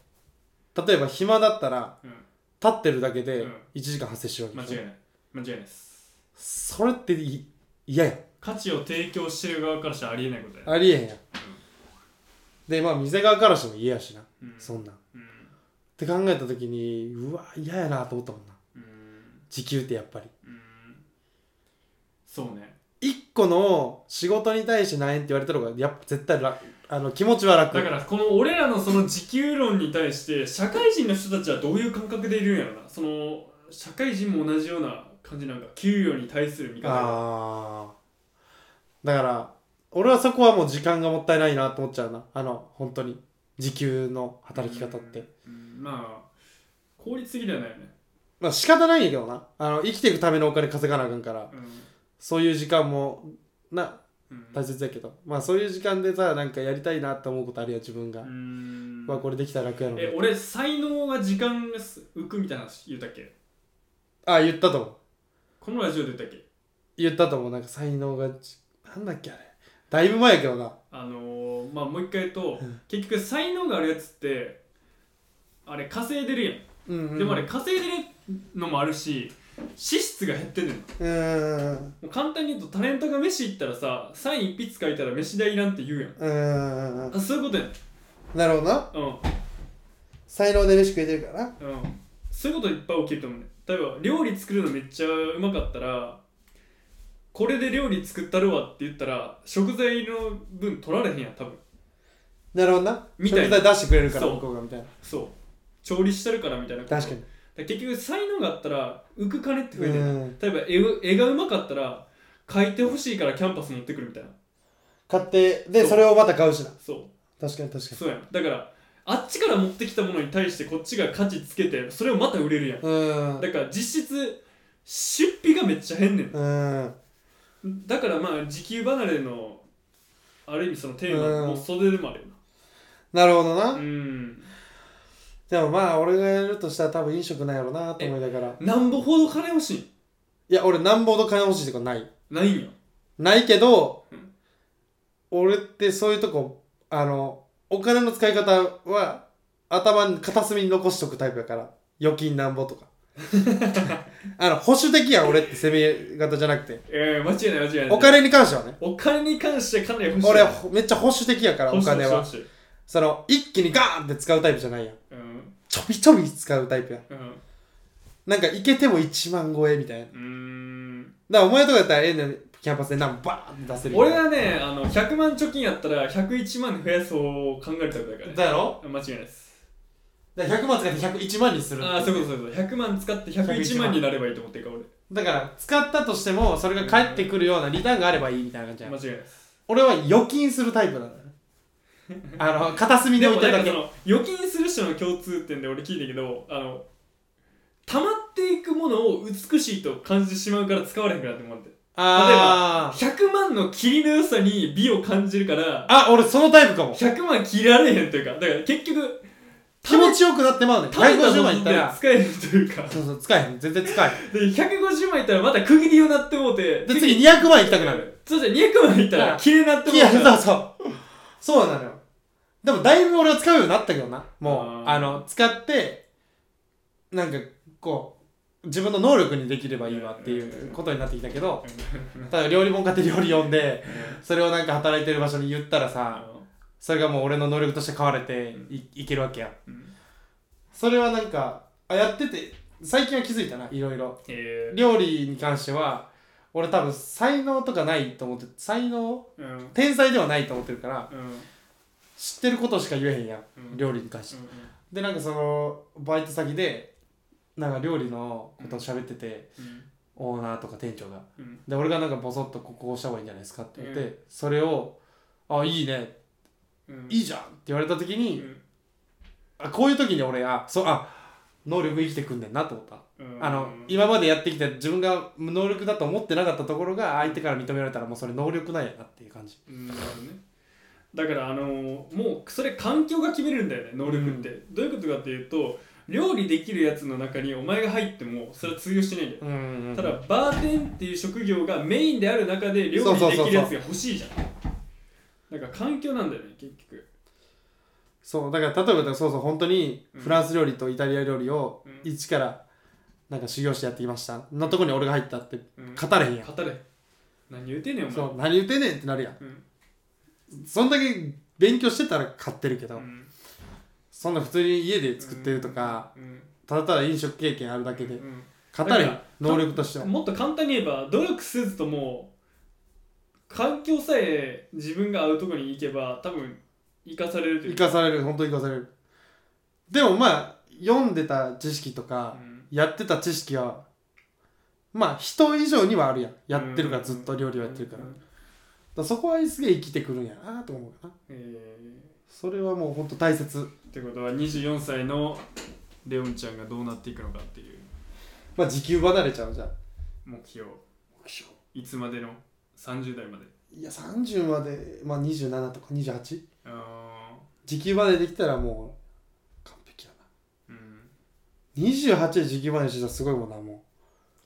例えば暇だったらうん立ってるだけでうん1時間発生しろ間違いない間違いないですそれってい嫌やん価値を提供してる側からしたらありえないことだよありえへんやんでまあ店側からしても嫌やしなうんそんなんっうんて考えた時にうわ嫌やなと思ったもんなうん時給ってやっぱりうんそうね1個の仕事に対して何円って言われたのがやっぱ絶対楽あの気持ちは楽だからこの俺らのその時給論に対して社会人の人たちはどういう感覚でいるんやろなその社会人も同じような感じなんか給与に対する見方あーだから俺はそこはもう時間がもったいないなと思っちゃうなあの本当に時給の働き方ってうんうんまあ効率的ではないよねまあ仕方ないんやけどなあの生きていくためのお金稼がなあかんからうそういう時間もなんうん大切やけどまあそういう時間でさなんかやりたいなって思うことあるや自分が、ううんわこれできたら楽やろうえな俺才能が時間が浮くみたいな話言ったっけあ言ったと思うこのラジオで言ったっけ言ったと思うなんか才能がちなんだっけあれだいぶ前やけどなあのー、まあもう一回言うとうん結局才能があるやつってあれ稼いでるやんうんうん、うん、でもあれ稼いでるのもあるし資質が減ってんねんもうーんう簡単に言うとタレントが飯行ったらさサイン一筆書いたら飯代いらんって言うやんうーんあそういうことやんなるほどなう才能で飯食えてるからなんうんそういうこといっぱい起きると思うね例えば料理作るのめっちゃうまかったらこれで料理作ったるわって言ったら食材の分取られへんやん多分なるほどなみたいな食材出してくれるからそう向こうがみたいなそう調理してるからみたいなこと確かにだら結局才能があったら浮く金って増えてるうん例えば絵を絵がうまかったら描いてほしいからキャンパス持ってくるみたいな買ってでそうそれをまた買うしなそう確かに確かにそうやんだからあっちから持ってきたものに対してこっちが価値つけてそれをまた売れるやんうんだから実質出費がめっちゃ変ねんうんだからまあ時給離れのある意味そのテーマも袖でもあるよなるほどな、なうんでもまあ俺がやるとしたら多分飲食ないやろなと思いながらなんぼほど金欲しいいや俺なんぼほど金欲しいとかないんないんやないけど、うん俺ってそういうとこあのお金の使い方は頭に片隅に残しとくタイプやから預金なんぼと かあの保守的やん俺って攻め方じゃなくてえー、間違いない間違いないお金に関してはねお金に関してかなり欲しい俺めっちゃ保守的やからお欲しい金は欲しい欲しいその一気にガーンって使うタイプじゃないやんうんちょびちょび使うタイプやんうんなんかいけても1万超えみたいなだかうーんらお前とかやったらええねんキャンパスでなんバーンって出せる俺はねあの100万貯金やったら101万増やそうを考えるタイプだからねだろ間違いないですだから100万使って101万にするああそういうことそういうこと100万使って101万になればいいと思ってるからだから使ったとしてもそれが返ってくるようなリターンがあればいいみたいな感じ俺間やん違いないです俺は預金するタイプなのよあの片隅にで置いもてなるんだかそけの預金する人の共通点で俺聞いたけどあの溜まっていくものを美しいと感じてしまうから使われへんくなって思ってあー100万の霧の良さに美を感じるからあ俺そのタイプかも100万切られへんというかだから結局気持ちよくなってまうねん貯めた150も万いんったでら使えるというかそうそう使えへん全然使えへで150万いったらまた区切りをなってもうてんで 次200万いきたくなるそうじゃ200万いったうらん切れなっていもうやた そうそうそうなのよでもだいぶ俺は使うようになったけどなもうあーあの使ってなんかこう自分の能力にできればいいわっていうことになってきたけどただ料理本買って料理読んでそれをなんか働いてる場所に言ったらさそれがもう俺の能力として買われてい,、けるわけやうんんそれはなんかあやってて最近は気づいたないろいろえ料理に関しては俺多分才能とかないと思って才能ーうんうん天才ではないと思ってるからうん知ってることしか言えへんやん、うん料理に関して、でなんかそのバイト先でなんか料理のことを喋ってて、うんオーナーとか店長がうんで俺がなんかボソッとここうした方がいいんじゃないですかって言って、うそれを「あいいねうんいいじゃん」って言われた時うに、んあこういう時に俺あそうあ能力生きてくんねんなと思った、うんあのうん今までやってきた自分が無能力だと思ってなかったところが相手から認められたらもうそれ能力なんやなっていう感じうんなるほどねだからあのーもうそれ環境が決めるんだよね能力って、どういうことかっていうと料理できるやつの中にお前が入ってもそれは通用してないんだよ、うんうんうんただバーテンっていう職業がメインである中で料理できるやつが欲しいじゃんだから環境なんだよね結局そうだから例えばそうそう本当にうんフランス料理とイタリア料理をうん一からなんか修行してやってきましたのとこに俺が入ったってうん語れへんやん、語れ何言うてんねんお前そう何言ってんねんってなるやんうんそんだけ勉強してたら買ってるけど、うんそんな普通に家で作ってるとか、うんただただ飲食経験あるだけでうん語れへだんか能力としてはもっと簡単に言えば努力せずとも環境さえ自分が合うところに行けば多分生かされるとい生うかかされる本当に生かされるでもまあ読んでた知識とか、うんやってた知識はまあ人以上にはあるやんやってるからずっと料理をやってるから,、うんだからそこはすげえ生きてくるんやなと思うなえそれはもうほんと大切ーってことは24歳のレオンちゃんがどうなっていくのかっていうまあ時給離れちゃうじゃん目標いつまでの30代までいや30まで、まあ、27とか28あ時給離れできたらもう完璧やなーうん28で時給離れしたらすごいもんなも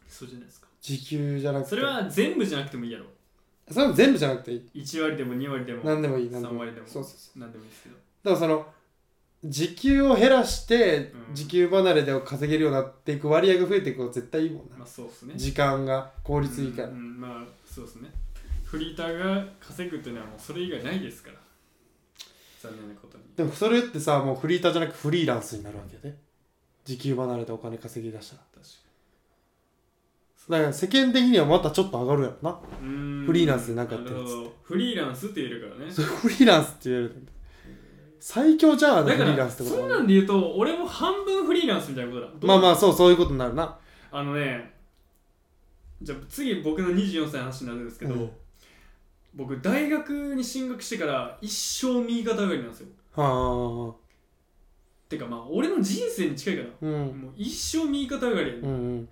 うそうじゃないですか時給じゃなくてそれは全部じゃなくてもいいやろそれは全部じゃなくていい1割でも2割でも何でもいい何で3もい割いでもそうそうそ何でもいいですけどうだからその時給を減らしてうん時給離れで稼げるようになっていく割合が増えていくのが絶対いいもんなまあそうっすね時間が効率いいから、うんうんまあそうですねフリーターが稼ぐっていうのはもうそれ以外ないですから残念なことにでもそれってさもうフリーターじゃなくフリーランスになるわけで時給離れてお金稼ぎ出したら確かだから世間的にはまたちょっと上がるやろなにうーんフリーランスでなんかやってるなやつるってほどフリーランスって言えるからねそれフリーランスって言えるんだ最強じゃんあのだフリかーランらスってこそうとなんで言うと俺も半分フリーランスみたいなことだまあまああそうそういうことになるなあのねじゃあ次僕の24歳の話になるんですけど、うん僕大学に進学してから一生右肩上がりなんですよはあてかまあ俺の人生に近いかうらんもう一生右肩上がりやねうんうん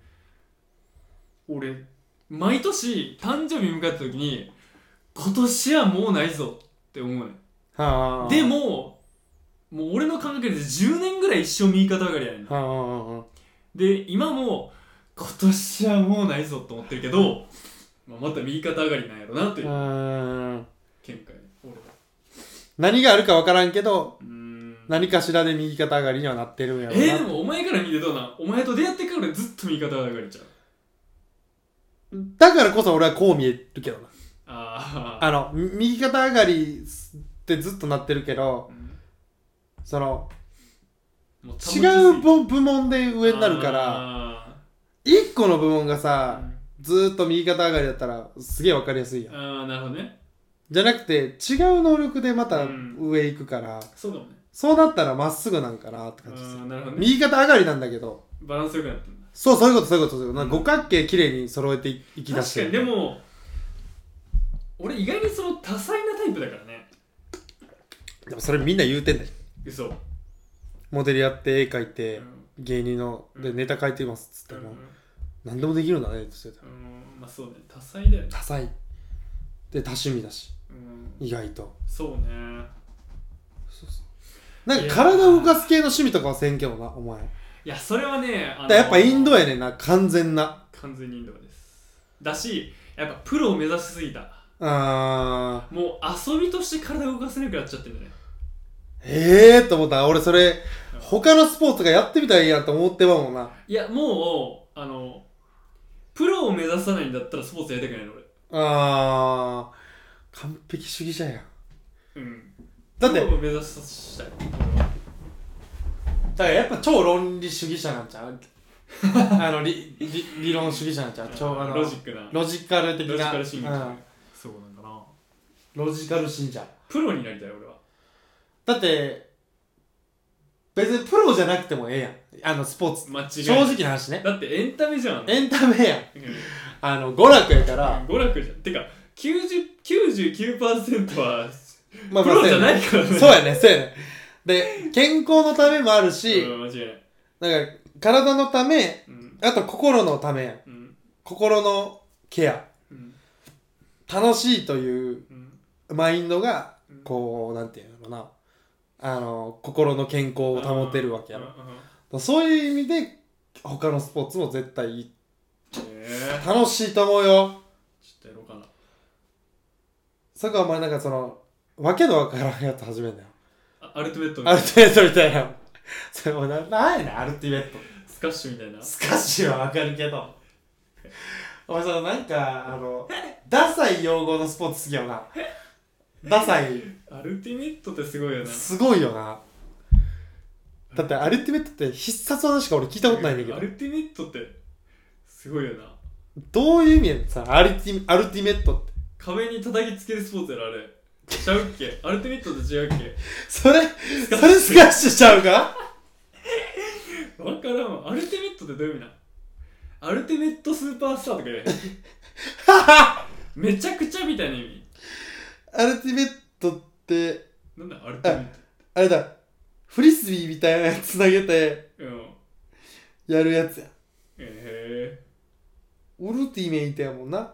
俺毎年誕生日迎えた時に今年はもうないぞって思うねはあでももう俺の感覚で10年ぐらい一生右肩上がりやねんはあはで今も今年はもうないぞと思ってるけど、まあ、また右肩上がりなんやろなというあうん見解俺は何があるか分からんけどうーん何かしらで右肩上がりにはなってるんやえろうな、ー、でもお前から見てどうなんお前と出会ってから俺ずっと右肩上がりちゃうだからこそ俺はこう見えるけどなあああのみ右肩上がりってずっとなってるけどそのもう違う部部門で上になるからら一個の部門があさーずーっと右肩上がりだったらすげえ分かりやすいやんあーなるほどねじゃなくて違う能力でまたうん上行くから、そうかもねそうなったらまっすぐなんかなってあ感じですーなるほどね右肩上がりなんだけどバランスよくなってんだそうそういうことそういうことそういうことうん五角形綺麗に揃えていいきだし確かてにでも俺意外にその多彩なタイプだからねでもそれみんな言うてんだよ嘘、うんモデルやって絵描いて、芸人のうでんネタ書いてますっつっても、何でもできるんだねって言ってたうんまあそうね多彩だよね多彩で多趣味だしうん意外とそうねそうそうなんか体動かす系の趣味とかはせんけどなお前だかいやそれはね、あのらやっぱインドやねんな完全な完全にインドアですだしやっぱプロを目指しすぎたあーもう遊びとして体動かせなくなっちゃってるねええー、と思った俺それうん他のスポーツがやってみたらいいやんと思ってまうもんないやもうあのプロを目指さないんだったらスポーツやりたくないのあー完璧主義者やん俺うんだってプだロを目指したいからやっぱ超論理主義者なん ちゃうあの理理理論主義者なんちゃう超あのロジックなロジカル的なロジカル信者、うん、そうなんかなロジカル信者プロになりたい俺はだって別にプロじゃなくてもええやんあのスポーツ間違い正ない直な話ねだってエンタメじゃんエンタメやんうんあの娯楽やから、娯楽じゃんてか90 99%はまプロじゃないいからねそうやねそうやねで健康のためもあるし、うん間違いないなんか体のためうんあと心のためうん心のケアうん楽しいといううんマインドがうんこうなんていうのかなあの心の健康を保てるわけやうんろう、んうんそういう意味で他のスポーツも絶対いいえー楽しいと思うよちょっとやろうかなそこはお前なんかそのわけのわからんやつ始めんだよあアルティメットみたアいルなティメットみたいなそれもななんやねんアルティメットスカッシュみたいなスカッシュはわかるけどお前さなんかあのダサい用語のスポーツ好きよなダサいアルティメットってすごいよねすごいよなだってアルティメットって必殺技しか俺聞いたことないんだけアどルティメットってすごいよなどういう意味やねんさアルティアルティメットって壁に叩きつけるスポーツやろあれちゃうっけアルティメットと違うっけそれそれスカッシュしちゃうかわからんわアルティメットってどういう意味なアルティメットスーパースターとかで めちゃくちゃみたいな意味アルティメットってなんだアルティメットあれだフリスビーみたいなやつ投げてうんやるやつやえオルティメイトやもんな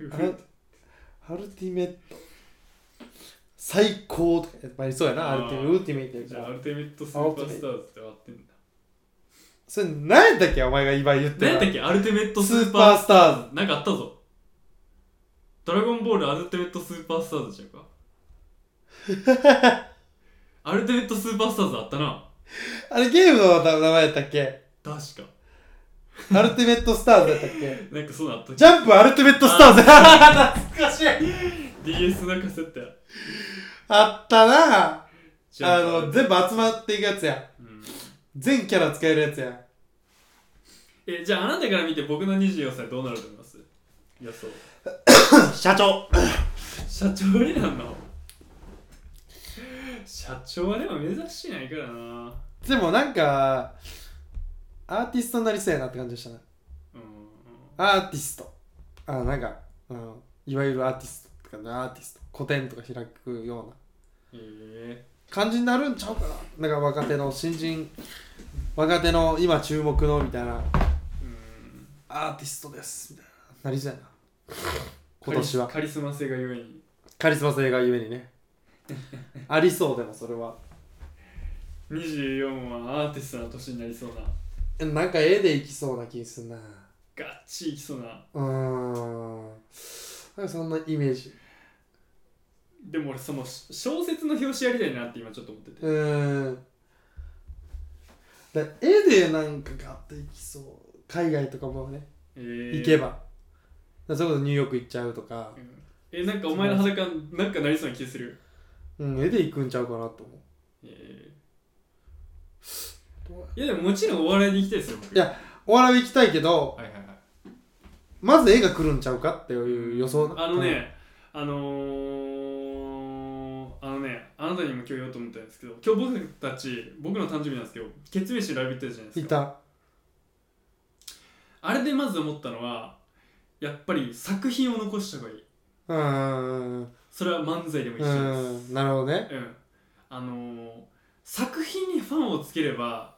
ー、あれアルティメット最高とかやっぱりそうやなアあルーティメウルティメイトやじかゃあアらルティメットスーパースターズって割ってんだそれ何やったっけお前が今言って何やったたっけアルティメットススーーパパーースターズなんかあったぞドラゴンボールアルティメットスーパースターズちゃ うかアルティメットスーパースターズあったなあれゲームの名前やったっけ確かアルティメットスターズやったっけなんかそうなのあったジャンプアルティメットスターズ懐かしい DS のカセットやあったなジあャンプの全部集まっていくやつやうん全キャラ使えるやつやえじゃああなたから見て僕の24歳どうなると思いますいやそう社長社長になんの社長はでも目指してないからなでもなんかアーティストになりそうやなって感じでしたねうんアーティストあなんか、うん、いわゆるアーティストかなアーティスト個展とか開くようなえ感じになるんちゃうかななんか若手の新人若手の今注目のみたいなー、うんアーティストですみたいななりそうやな 今年はカリスマ性がゆえにカリスマ性がゆえにねありそうでもそれは24はアーティストな年になりそうなえなんか絵でいきそうな気すんなガッチいきそうなうーんなんかそんなイメージでも俺そのし小説の表紙やりたいなって今ちょっと思っててうーんだ絵でなんかガッといきそう海外とかもねえー、行けば、だからそれこそニューヨーク行っちゃうとかうんえなんかお前の裸なんかなりそうな気するうん絵で行くんちゃうかなと思えうー、いやでももちろんお笑いで行きたいですよ僕いやお笑い行きたいけどはいはいはいまず絵が来るんちゃうかっていう予想あのね、あのー、あのねあなたにも今日言おうと思ったんですけど今日僕たち僕の誕生日なんですけど決命誌ライブ行ったじゃないでいすかたあれでまず思ったのはやっぱり作品を残した方がいいうーんそれは漫才でもう一緒ですーんなるほどねうんあのー、作品にファンをつければ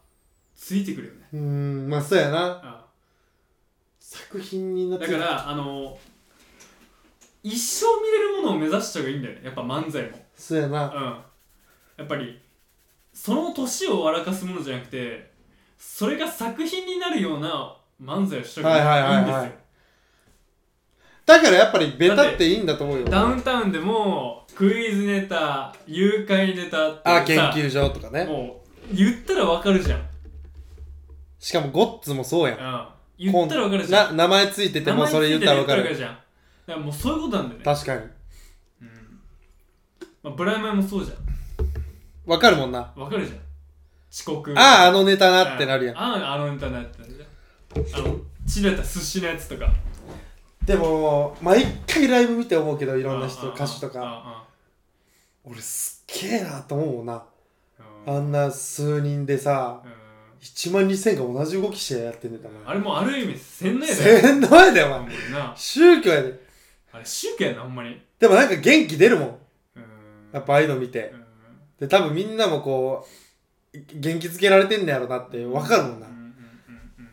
ついてくるよねうーんまあそうやなあ作品になっだてからあのー、一生見れるものを目指した方がいいんだよねやっぱ漫才もそうやなうんやっぱりその年を笑かすものじゃなくてそれが作品になるような漫才をした方がいいんですよ、はいはいはいはだからやっぱりベタっていいんだと思うよダウンタウンでもクイズネタ誘拐ネタってあー研さ究所とかねもう言ったらわかるじゃん、しかもゴッツもそうやんうん、言ったらわかるじゃんな名前ついててもそれ言ったらわか名前るついてるやつらわかるじゃんだからもうそういうことなんだよね、確かにうんまあ、ブライマイもそうじゃわかるもんなんわかるじゃん遅刻あああのネタなってなるやんあああのネタなってなるじゃんあのちらた寿司のやつとかでも毎回ライブ見て思うけどいいろんな人歌手とかか俺すっげえなと思うもんなうんあんな数人でさうん1万2000が同じ動きしてやってんねんだあれもうある意味洗脳やでせんどいだよおほん前まにな宗教やであれ宗教やなほんまにでもなんか元気出るもんうんやっぱああいうの見てうんで多分みんなもこう元気づけられてんねやろなってわかるもんなうんうんうんうん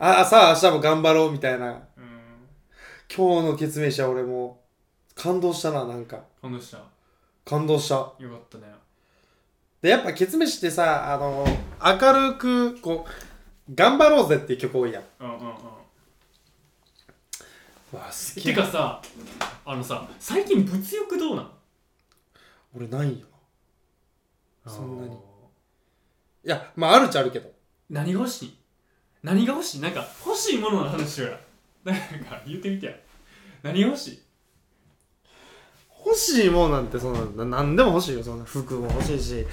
あさあ明日も頑張ろうみたいなうん今日の決明者俺も感動したななんか感動したよ感動したかったねでやっぱケツメシってさあの明るくこう「頑張ろうぜ」っていう曲多いやんうんうんうんわ好てかさあのさ最近物欲どうなん俺ないよそんなにいやまああるっちゃあるけど何が欲しい何が欲しいなんか欲しいものの話しようやなんか言ってみてや何が欲しい欲しいもんなんてそんなな何でも欲しいよそんな服も欲しいし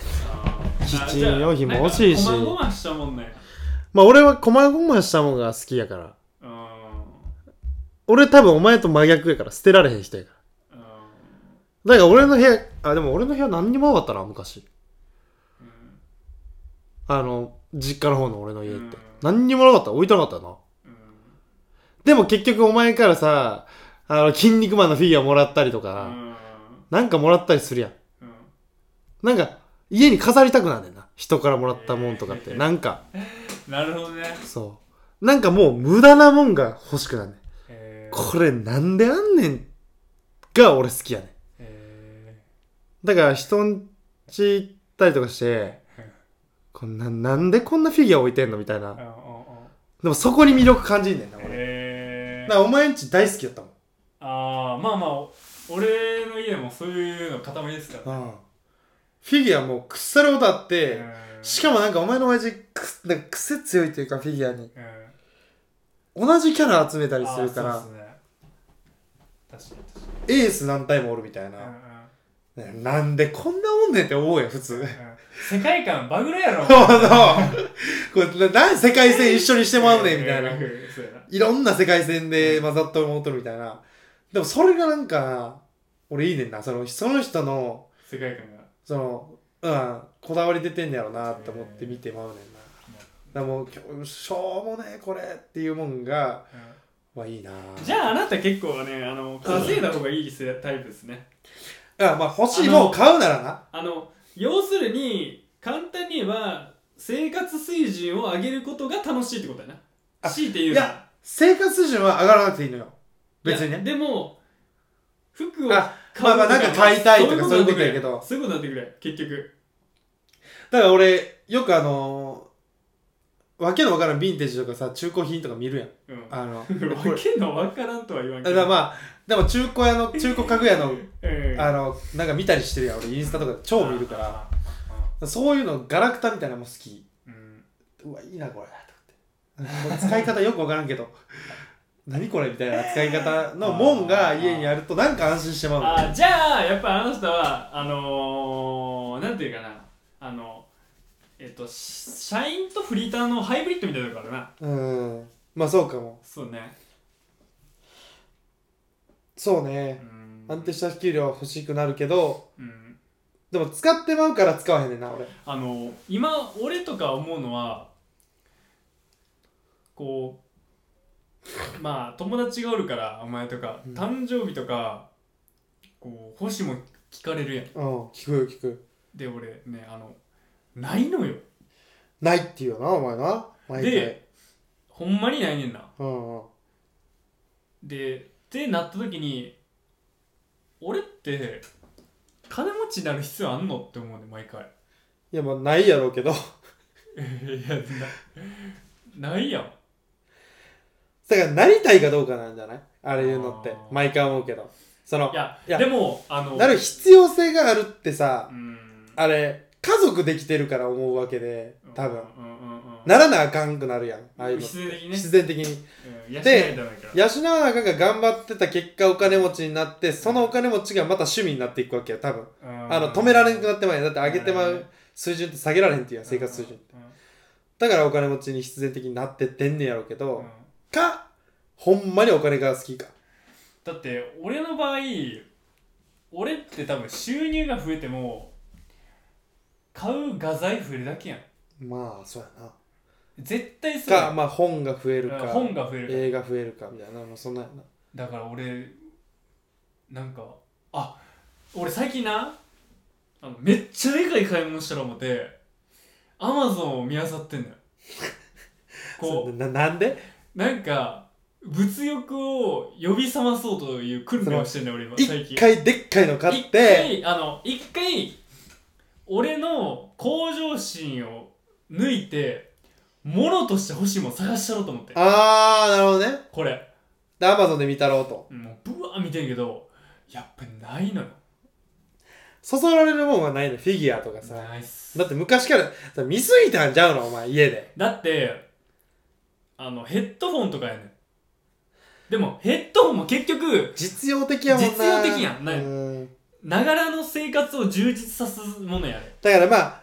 キッチン用品も欲しいしあじゃあなんかこまごましたもんねまあ俺は細々したもんが好きやからうん俺多分お前と真逆やから捨てられへん人やからうんだから俺の部屋あでも俺の部屋何にもなかったな昔あの実家の方の俺の家っうんて何にもなかった置いてなかったようなんでも結局お前からさ、あの、筋肉マンのフィギュアもらったりとうか、んなんかもらったりするやん。うんなんか、家に飾りたくなんねんな。人からもらったもんとかって。えーなんか、なるほどねそう。なんかもう無駄なもんが欲しくなんねん。えーこれなんであんねんが俺好きやねん。えだから人んち行ったりとかして、こんな、なんでこんなフィギュア置いてんのみたいなー。うんでもそこに魅力感じんねんな、うんうん俺。えだーからお前んち大好きだったもん。ああまあまあ俺の家もそういうの塊ですからうん。フィギュアもう腐るほどあって、うんしかもなんかお前の親父くなんか癖強いというかフィギュアにうん同じキャラ集めたりするかあらそうっすね確かに確かエース何体もおるみたいに、うんな、うんねなんでこんなもんねんって思うやん普通 うん、世界観バグるやろそうそうこれななん世界線一緒にしてもらうねんみ たいなうんそうやないろんな世界線で混ざったものとるみたいなでもそれがなんか俺いいねんなそのその人の世界観がそのうんこだわり出てんねやろなって思って見てまうねんなだからもう今日しょうもねえこれっていうもんがうんはいいなぁじゃああなた結構ねあの稼いだ方がいいせタイプですねあまあ欲しいもん買うならなあの要するに簡単に言えば生活水準を上げることが楽しいってことやあな強いて言ういなや生活水準は上がらなくていいのよ別にいやねでも服を買うあまあまあなんか買いたいとかそういうことやけどそういうことになってくれ結局だから俺よくあのー、わけのわからんヴィンテージとかさ中古品とか見るやんうんあの これわけのわからんとは言わんだけどからまあでも中古屋の中古家具屋のうんあのなんか見たりしてるやん俺インスタとかで超見るからそういうのガラクタみたいなのも好きうんうわいいなこれと思っ て使い方よくわからんけど 何これみたいな使い方のもんが家にあるとなんか安心してまうのあじゃあやっぱあの人はあのー、なんていうかなあのえっとし社員とフリーターのハイブリッドみたいなのがあるなうんまあそうかもそうねそうねうん安定した給料欲しくなるけどうんでも使ってまうから使わへんねんな俺あの今俺とか思うのはこうまあ友達がおるからお前とかうん誕生日とかこう星も聞かれるやんうん聞くよ聞くで俺ねあのないのよないっていうよなお前な毎回でほんまにないねんなうんうんでってなった時に俺って金持ちになる必要あんのって思うね毎 回いやまあないやろうけど だいやなないやんからなりたいかどうかなんじゃないあれ言うのってあー毎回思うけどそのいやいやでもあのなる必要性があるってさうんあれ家族できてるから思うわけで多分うんうんうんうんならなあかんくなるやんああいうの必然的にね必然的にうん養でえたわけだから養わなあかんが頑張ってた結果お金持ちになってそのお金持ちがまた趣味になっていくわけよ多分うんあの止められなくなってまうやんだって上げてまなるほどうね水準って下げられへんっていうやん生活水準だからお金持ちに必然的になってってんねやろうけうんうんどうんかほんまにお金が好きかだって俺の場合俺って多分収入が増えても買う画材増えるだけやんまあそうや絶対そうなかやんまあ本が増えるか本が増える映画増えるかみたいなもうそんなんやなだから俺なんかあ俺最近なあのめっちゃでかい買い物したら思ってアマゾンを見漁って んだよこうそれななんでなんか物欲を呼び覚まそうという訓練をしてんだよ俺今最一近回でっかいの買って一回あの一回俺の向上心を抜いて物として欲しいもの探したろうと思ってあーなるほどねこれでアマゾンで見たろうともうブワー見てんけどやっぱないのよそそられるもんはないのフィギュアとかさナイスだって昔からさ見すぎたんちゃうのお前家でだってあのヘッドフォンとかやねんでもヘッドホンも結局実用的やもんな実用的やんなうんながらの生活を充実さすものやねだからまあ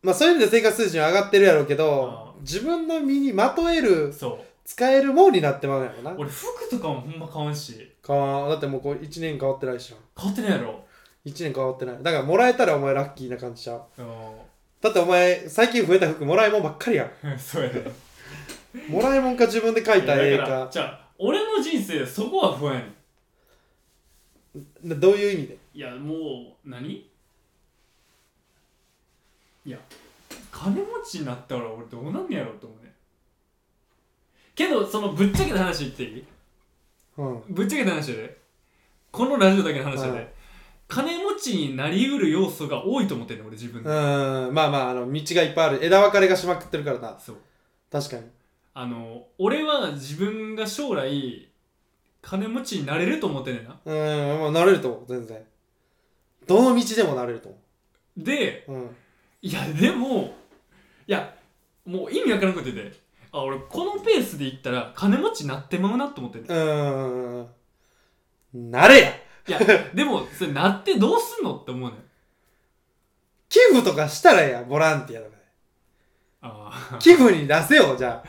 まあそういう意味で生活水準上がってるやろうけど自分の身にまとえるそう使えるもんになってまうやろな俺服とかもほんま買わんしかわんだってもうこう1年変わってないしな買ってないやろ1年変わってないだからもらえたらお前ラッキーな感じちゃう うだってお前最近増えた服もらいもんばっかりやんんそうやねもらいもんか自分で描いたい絵やだからかじゃあ俺の人生そこは不安やねんなどういう意味でいやもう何いや金持ちになったら俺どうなんねやろうと思うねけどそのぶっちゃけた話言っていいうんぶっちゃけた話やでこのラジオだけの話やで、はい金持ちになりうる要素が多いと思ってんねん俺自分で、うんまあまああの道がいっぱいある枝分かれがしまくってるからなそう確かにあの俺は自分が将来金持ちになれると思ってんねんなうんまあなれると思う全然どの道でもなれると思でううんいやでもいやもう意味わからんこと言っててあ俺このペースでいったら金持ちになってまうなと思ってんねうーん。なれんやい やでもそれなってどうすんのって思うねん寄付とかしたらええやんボランティアとかで。 あ寄付に出せよ、じゃ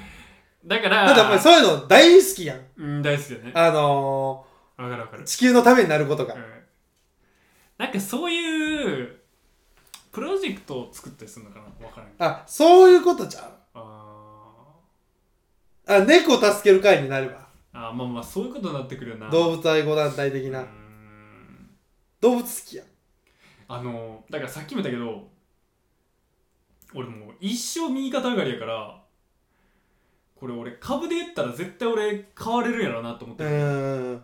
ーだかあ。らだってお前そういうの大好きやん。うん大好きだねあのわかるわかるー、地球のためになることがう。んなんかそういうプロジェクトを作ったりするのかなわからんあ、そういうことじゃん。あーあ、猫助ける会になれば。ああまあまあそういうことになってくるよな動物愛護団体的うーなん動物好きやんあのだからさっきも言ったけど俺もう一生右肩上がりやからこれ俺株で言ったら絶対俺買われるやろなと思っうてる、ーん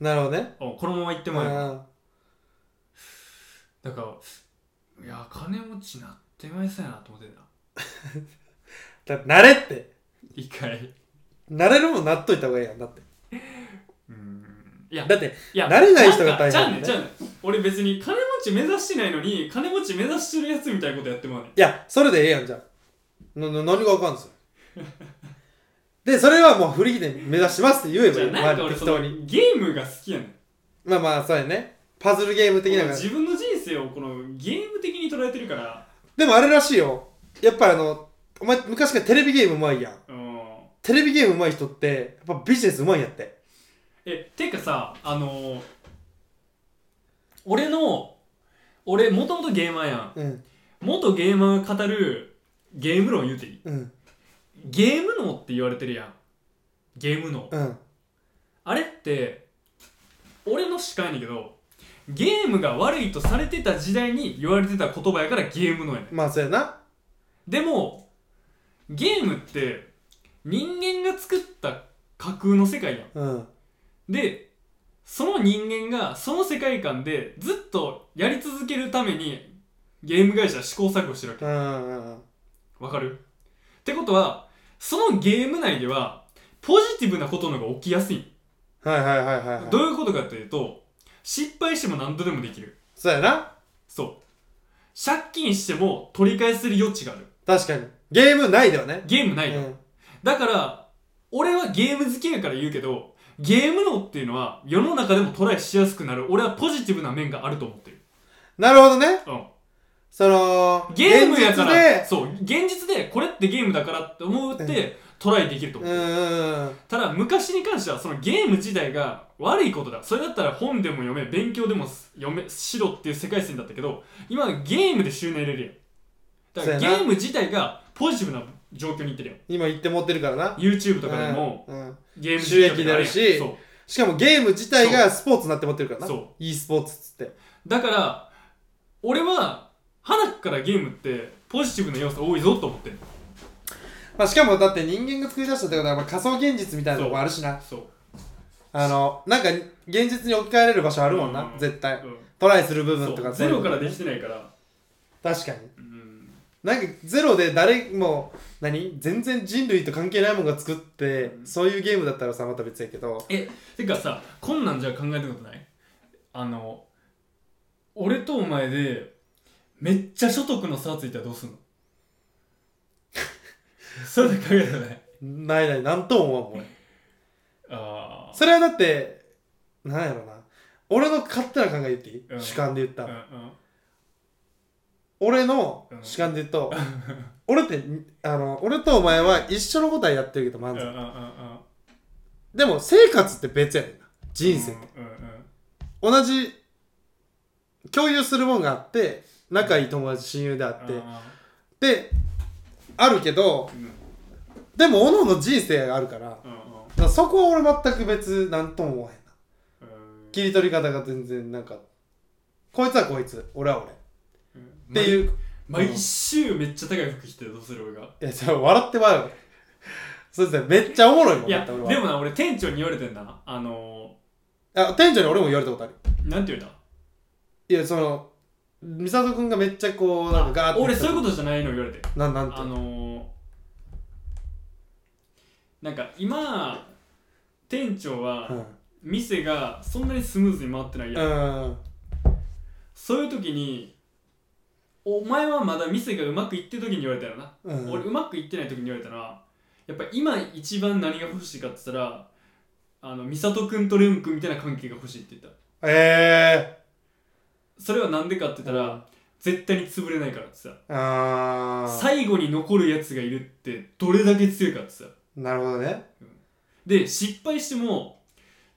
なるほどねおこのまま行ってでもらえるあだからいや金持ちなってまいそうやなと思ってんなーだ慣れって一回慣れるもんなっといた方がいいやんだってうんいやだっていや慣れない人が大変じゃあねじゃあね俺別に金持ち目指してないのに金持ち目指してるやつみたいなことやってもらうねいやそれでええやんじゃあなな何がわかんですよ でそれはもうフリーで目指しますって言えばじゃいいあなんかまあ俺適そ当のにゲームが好きやねんまあまあそうやねパズルゲーム的な感じ自分の人生をこのゲーム的に捉えてるからでもあれらしいよやっぱあのお前昔からテレビゲームうまいやんうんテレビゲームうまい人ってやっぱビジネスうまいんやってえてかさあのー、俺の俺もともとゲーマーやんうん元ゲーマーが語るゲーム論言うていいうんゲーム脳って言われてるやんゲーム脳うんあれって俺のしかないんだけどゲームが悪いとされてた時代に言われてた言葉やからゲーム脳やねんまあそうやなでもゲームって人間が作った架空の世界やんうんでその人間がその世界観でずっとやり続けるためにゲーム会社は試行錯誤してるわけうんうんわかるってことはそのゲーム内ではポジティブなことの方が起きやすいはいはいはいはい、はい、どういうことかというと失敗しても何度でもできるそうやなそう借金しても取り返せる余地がある確かにゲームないではね、ゲームないよ、うん、だから俺はゲーム好きやから言うけどゲーム脳っていうのは世の中でもトライしやすくなる俺はポジティブな面があると思ってるなるほどねうんそのゲームやか現ら、実そう、現実でこれってゲームだからって思うってトライできるとで思う。うんうんうんただ、昔に関してはそのゲーム自体が悪いことだ。それだったら本でも読め、勉強でも読め、しろっていう世界線だったけど、今はゲームで収納入れるやん。だからそゲうやなーム自体がポジティブな状況にいってるやん。今言って持ってるからな YouTube とかでもうんうんゲーム収益自体が出るしそう。しかもゲーム自体がスポーツになって持ってるからなそう e スポーツっつってだから、俺は、花からゲームってポジティブな要素多いぞと思ってる。まあ、しかもだって人間が作り出したってことはまあ仮想現実みたいなとこあるしなそう。あのなんか現実に置き換えれる場所あるもんな、うん絶対うんトライする部分とそかうゼロからでできてないから。確かにうんなんかゼロで誰も何全然人類と関係ないもんが作って、うんそういうゲームだったらさまた別やけどえてかさこんなんじゃ考えたことないあの俺とお前でめっちゃ所得の差ついたらどう すんのそれで考えたことないないないなんとも思わんもんあそれはだってなんやろな俺の勝手な考え言っていい、うん主観で言ったあら、うん俺のうん主観で言 うと、俺ってあの俺とお前は一緒のことはやってるけどう漫んうんうん才、うんうんでも生活って別やねんな人生って、うんうん同じ共有するもんがあって仲いい友達親友であって、あであるけどーうんでも各々の人生があるからだかうんらそこは俺全く別なんとも思わへんなうん切り取り方が全然なんかこいつはこいつ俺は俺うんっていう毎毎週めっちゃ高い服着てどうする俺がいやそれ笑ってまうよそうですねめっちゃおもろいもんいだやってで俺もはな俺店長に言われてんだあのあ店長に俺も言われたことあるー、なんて言うんだいやその美里君がめっちゃこうなんかガーッて俺そういうことじゃないの言われてとなんなんてあのー、なんか今店長うはん店がそんなにスムーズに回ってないやん、うんそういう時にお前はまだ店がうまくいってる時に言われたよな、うん俺うまくいってない時に言われたらやっぱ今一番何が欲しいかって言ったらあの美里君とレン君みたいな関係が欲しいって言ったえそれはなんでかって言ったら、うん絶対に潰れないからってさえー、あー最後に残るやつがいるってどれだけ強いかってさなるほどねで失敗しても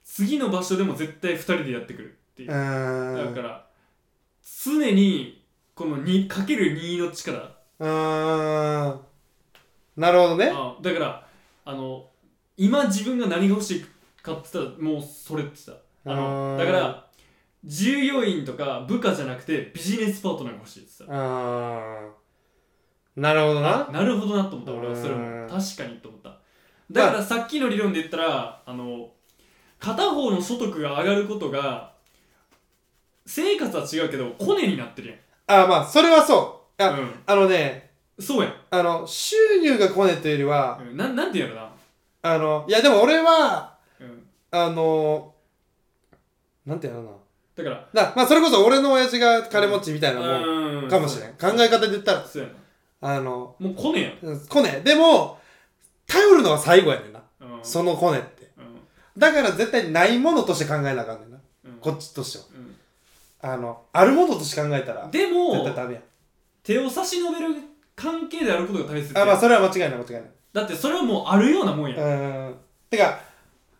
次の場所でも絶対2人でやってくるっていうう、だんから常にこの2かける2の力うんなるほどねあだからあの今自分が何が欲しいかって言ったらもうそれって言ってたあのあーだから従業員とか部下じゃなくてビジネスパートナーが欲しいって言ってあーなるほたどななるほどなと思った俺はそれうもん確かにと思っただからさっきの理論で言ったらあの片方の所得が上がることが生活は違うけどコネになってるあまあそれはそうやあ,、ん、うん、あのねそうやんあの収入が来ねえというよりはうんなんなんて言うのかあのいやでも俺はな、うん、あのなんて言うのかだからなだまあそれこそ俺の親父が金持ちみたいなもんうんかもしれん考え方で言ったらそうやなあのもうコネやん、コネでも頼るのは最後やねんなうんそのコネってうんだから絶対ないものとして考えなあかんねんなうんこっちとしてはうんあのあるものとして考えたらで絶も対ダメやん手を差し伸べる関係であることが大切やあまあそれは間違いない間違いないだってそれはもうあるようなもんうや、ーんてか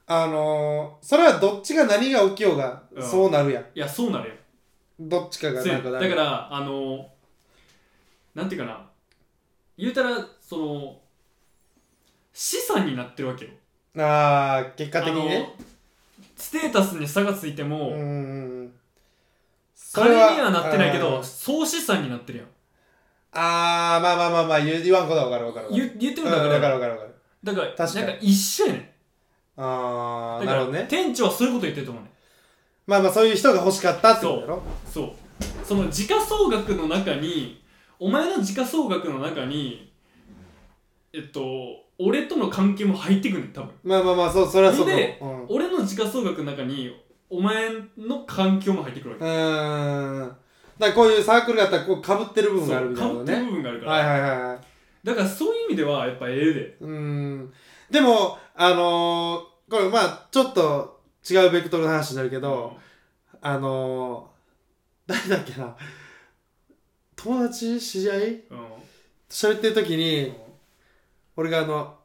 あのー、それはどっちが何が起きようがうんそうなるやん、いやそうなるよどっちかがそうなやんかだなかるらあのなんていうかな言うたらその資産になってるわけよあー結果的にねあのステータスに差がついてうも、ーんそ金れにははなってないけうどん総資産になってるやんあーまあまあまあまあ言う言わんことは分かる分かる分かる言言ってうもんだから、分かる分かる分かるだから確かになんか一緒やねんあだかーなるらほどね店長はそういうこと言ってると思うねんまあまあそういう人が欲しかったってことやろそうその時価総額の中にお前の時価総額の中にえっと俺との関係も入ってくんねん多分まあまあまあそうそれはそうかもでうんう俺の時価総額の中にお前の環境も入ってくるわけーんだからこういうサークルがあったらこうかぶってる部分があるみたかいなこぶとってるね部分があるから、はいはいはいはいだからそういう意味ではやっぱええでうーんでも、あのーこれまあちょっと違うベクトルの話になるけど、あのー誰だっけな、友達知り合いうん、うん喋ってる時に、俺があの、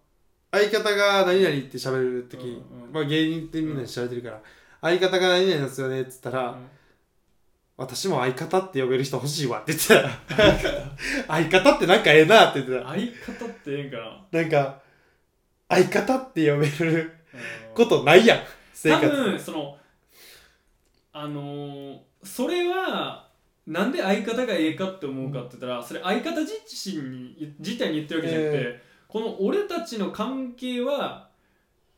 相方が何々って喋る時に、うんうんまあ芸人ってみんなに喋ってるから、相方が何々なんですよねって言ったら、私も相方って呼べる人欲しいわって言ってた。相方ってなんかええなって言って相方ってええんかな、た。なんか、相方って呼べるうんことないやん生多活分そのあのーそれはなんで相方がええかって思うかって言ったら、それ相方自身に自体に言ってるわけじゃなくて、えこの俺たちの関係は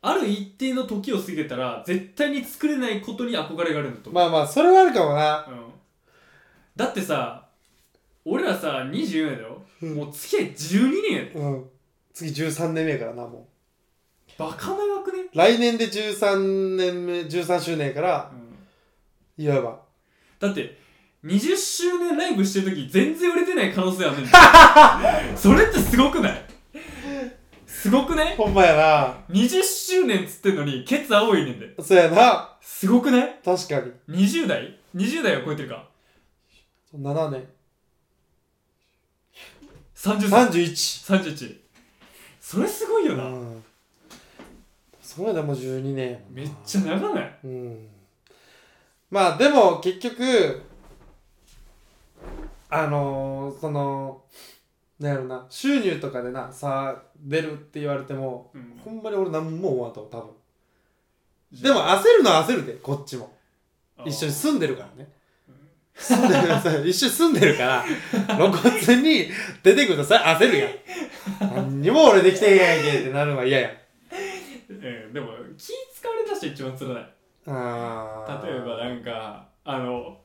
ある一定の時を過ぎたら絶対に作れないことに憧れがあるんだと思う、まあまあそれはあるかもなうん、だってさ俺らさ24年だよ、うんもう付き合い12年やでうん次13年目やからなもバカ長くね、う来年で13年目13周年やからうんいわばだって20周年ライブしてる時全然売れてない可能性あるねん それってすごくないすごくねほんまやな20周年っつってんのにケツ青いねんでそうやなすごくない確かに ?20 代 ?20 代は超えてるか7年30 31 31それすごいような、んそうやでもう12年めっちゃ長ないうんまあでも結局あのー、そのなんやろな収入とかでなさあ出るって言われてもうんほんまに俺何も思わんと思う多分でも焦るのは焦るでこっちも一緒に住んでるからね住んでる から一緒に住んでるから露骨に出てくるとそれ焦るやん何にも俺できてへんやんけってなるのは嫌やんええでも気使われたし一番つらないあー例えばなんかあの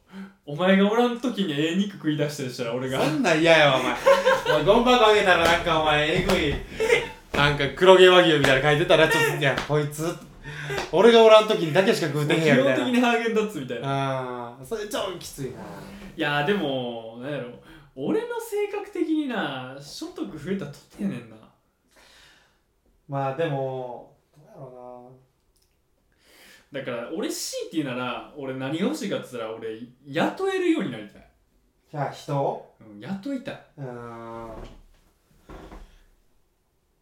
お前がおらん時にええ肉食い出したりしたら俺がそんなん嫌やわお前お前ゴン箱あげたらなんかお前えぐいなんか黒毛和牛みたいなの書いてたらちょっといやこいつ俺がおらん時にだけしか食うてへん基やみ本 た的いなにハーゲンダッツみたいなああそれちょっときついないやーでもなんやろ俺の性格的にな所得増えたとってやねんなまあでもどうやろだから俺 C って言うなら俺何が欲しいかっつったら俺雇えるようになりたい、うなじゃあ人うん、雇いたいうーん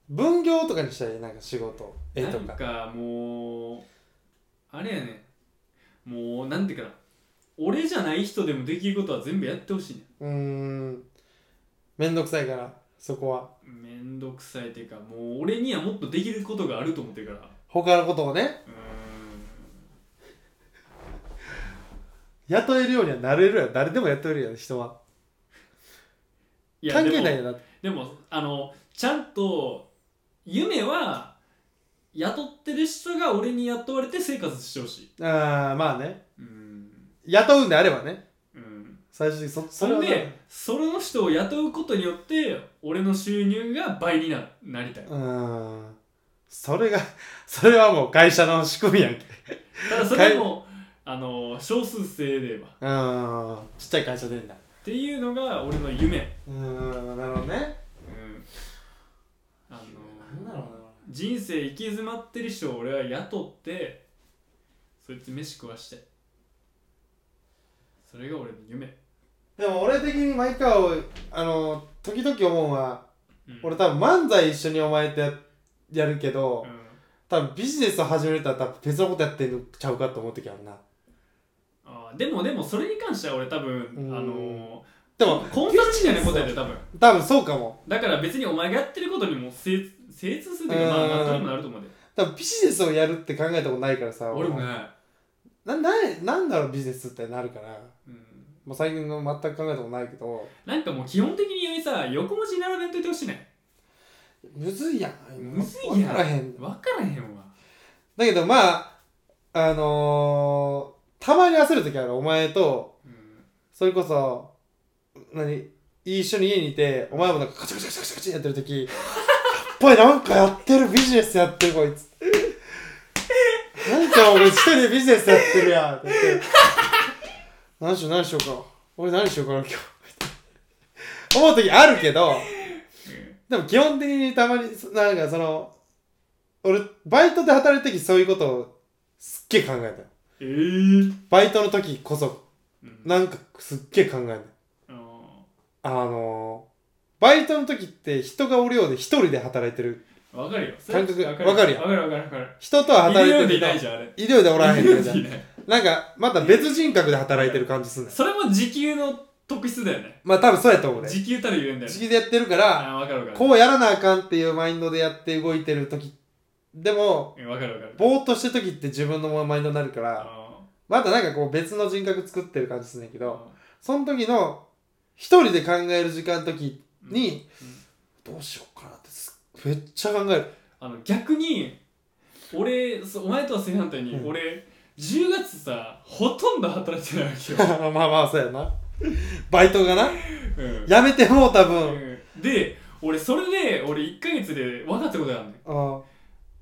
分業とかにしたらいいなんか仕事絵となかんかもうあれやねもうなんていうかな俺じゃない人でもできることは全部やってほしいねうーんめんどくさいからそこはめんどくさいっていうかもう俺にはもっとできることがあると思ってるから他のことをねうーん雇えるようにはなれるやん誰でも雇えるやん人はい関係でもないよなでもあのちゃんと夢は雇ってる人が俺に雇われて生活してほしいあーまあねうん雇うんであればねうん最終的にそそんはでその人を雇うことによって俺の収入が倍にななりたいうーんそれが それはもう会社の仕組みやんけただそれもあの少数制ではっうーんちっちゃい会社でんだていうのが俺の夢うーんなるほどねうんあなんだろうの人生行き詰まってる人を俺は雇ってそいつ飯食わしてそれが俺の夢なでも俺的に毎回あの時々思うのはうん俺多分漫才一緒にお前とややるけど、うん多分ビジネスを始めたら多分別のことやってんのちゃうかと思う時あるなあーでもでもそれに関しては俺多分うんあのでもー、コンサルみたいなことやで多分多分そうかもだから別にお前がやってることにも精精通するというかまあうんなんとでもなると思うで多分ビジネスをやるって考えたことないからさ俺もね、なななんだろうビジネスってなるからうん、もう最近の全く考えたことないけどなんかもう基本的にさ横文字並べんといてほしいねむずいやんむずいやん分からへん分からへんわだけどまああのー、たまに焦る時あるお前とうんそれこそ何一緒に家にいてお前もなんかカチャカチャカチャカチャカチャやってる時 やっぱりなんかやってるビジネスやってるこいつ なんか俺一人でビジネスやってるやんって言って何しよう何しようか俺何しようかな今日 思う時あるけどでも基本的にたまにそなんかその俺バイトで働いた時そういうことをすっげえ考えたよええーバイトの時こそうんなんかすっげえ考えたよあのあのー、バイトの時って人がおるようで一人で働いてるーわかるよ感覚わわかるやんわかるわかるわかる人とは働いいるようてでるいないじゃんあれ医療でおらへんいるよみうたでいいないななんかまた別人格で働いてる感じすんね んそれも時給の特質だよねまあ多分そうやと思うね時給たるゆえんだよ時ね期でやってるからあーわかるわかるこうやらなあかんっていうマインドでやって動いてる時でもうんわかるわかるぼーっとしてる時って自分のマインドになるから、あまたなんかこう別の人格作ってる感じするんだけーど、その時の一人で考える時間の時うんに、どうしようかなってすめっちゃ考える。あの逆に俺そうお前とは正反対に、うん俺10月さほとんど働いてないわけよ、 まあまあそうやな。バイトがな。 うんやめてもう多う分。んで俺それで俺1ヶ月で分かったことがあるねんあ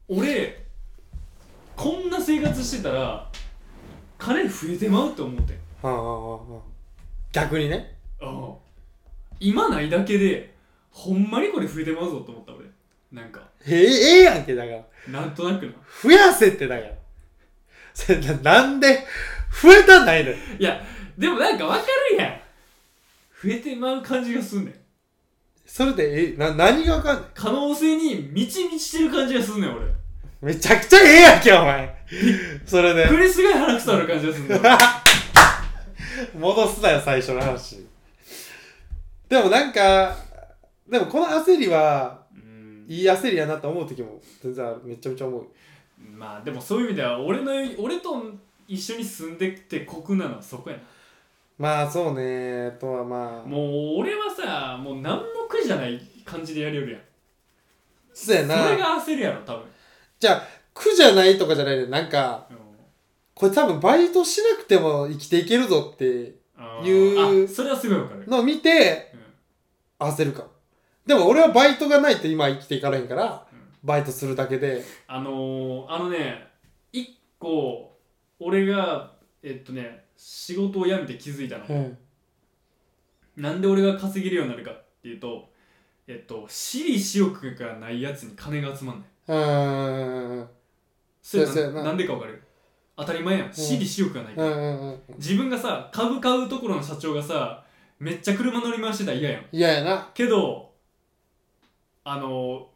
俺こんな生活してたら金増えてまうと思ってんあああああ逆にね。ああ今ないだけでほんまにこれ増えてまうぞと思った俺なんかええええやんけだから。なんとなくな増やせってだから。それななんで増えたんないのよ。いやでもなんかわかるやん増えてまう感じがすんねんそれでえな何がわかんない可能性に満ち満ちてる感じがすんねん俺めちゃくちゃええやんけお前。それで これすごい腹くさある感じがすんねん戻すなよ最初の話でもなんかでもこの焦りはうんいい焦りやなと思う時も全然あるめちゃめちゃ思うまあでもそういう意味では俺の俺と一緒に住んできて酷なのはそこやまあそうねあとはまなあもう俺はさもう何も苦じゃない感じでやりよるやんそうやそれなが焦るやろ多分じゃあ苦じゃないとかじゃないでなんかこれ多分バイトしなくても生きていけるぞってあーいうあそれはすごいわかるのを見てうん焦るかもでも俺はバイトがないと今生きていかれへんからうんバイトするだけであのー、あのね一個俺がえっとね仕事を辞めて気づいたの、うんなんで俺が稼げるようになるかっていうとえっと私利私欲がないやつに金が集まんないうんそれそうやそうやななんなんでかわかる当たり前やん私利私欲がない、うんうんうん自分がさ株買うところの社長がさめっちゃ車乗り回してたら嫌やん嫌やなけどあの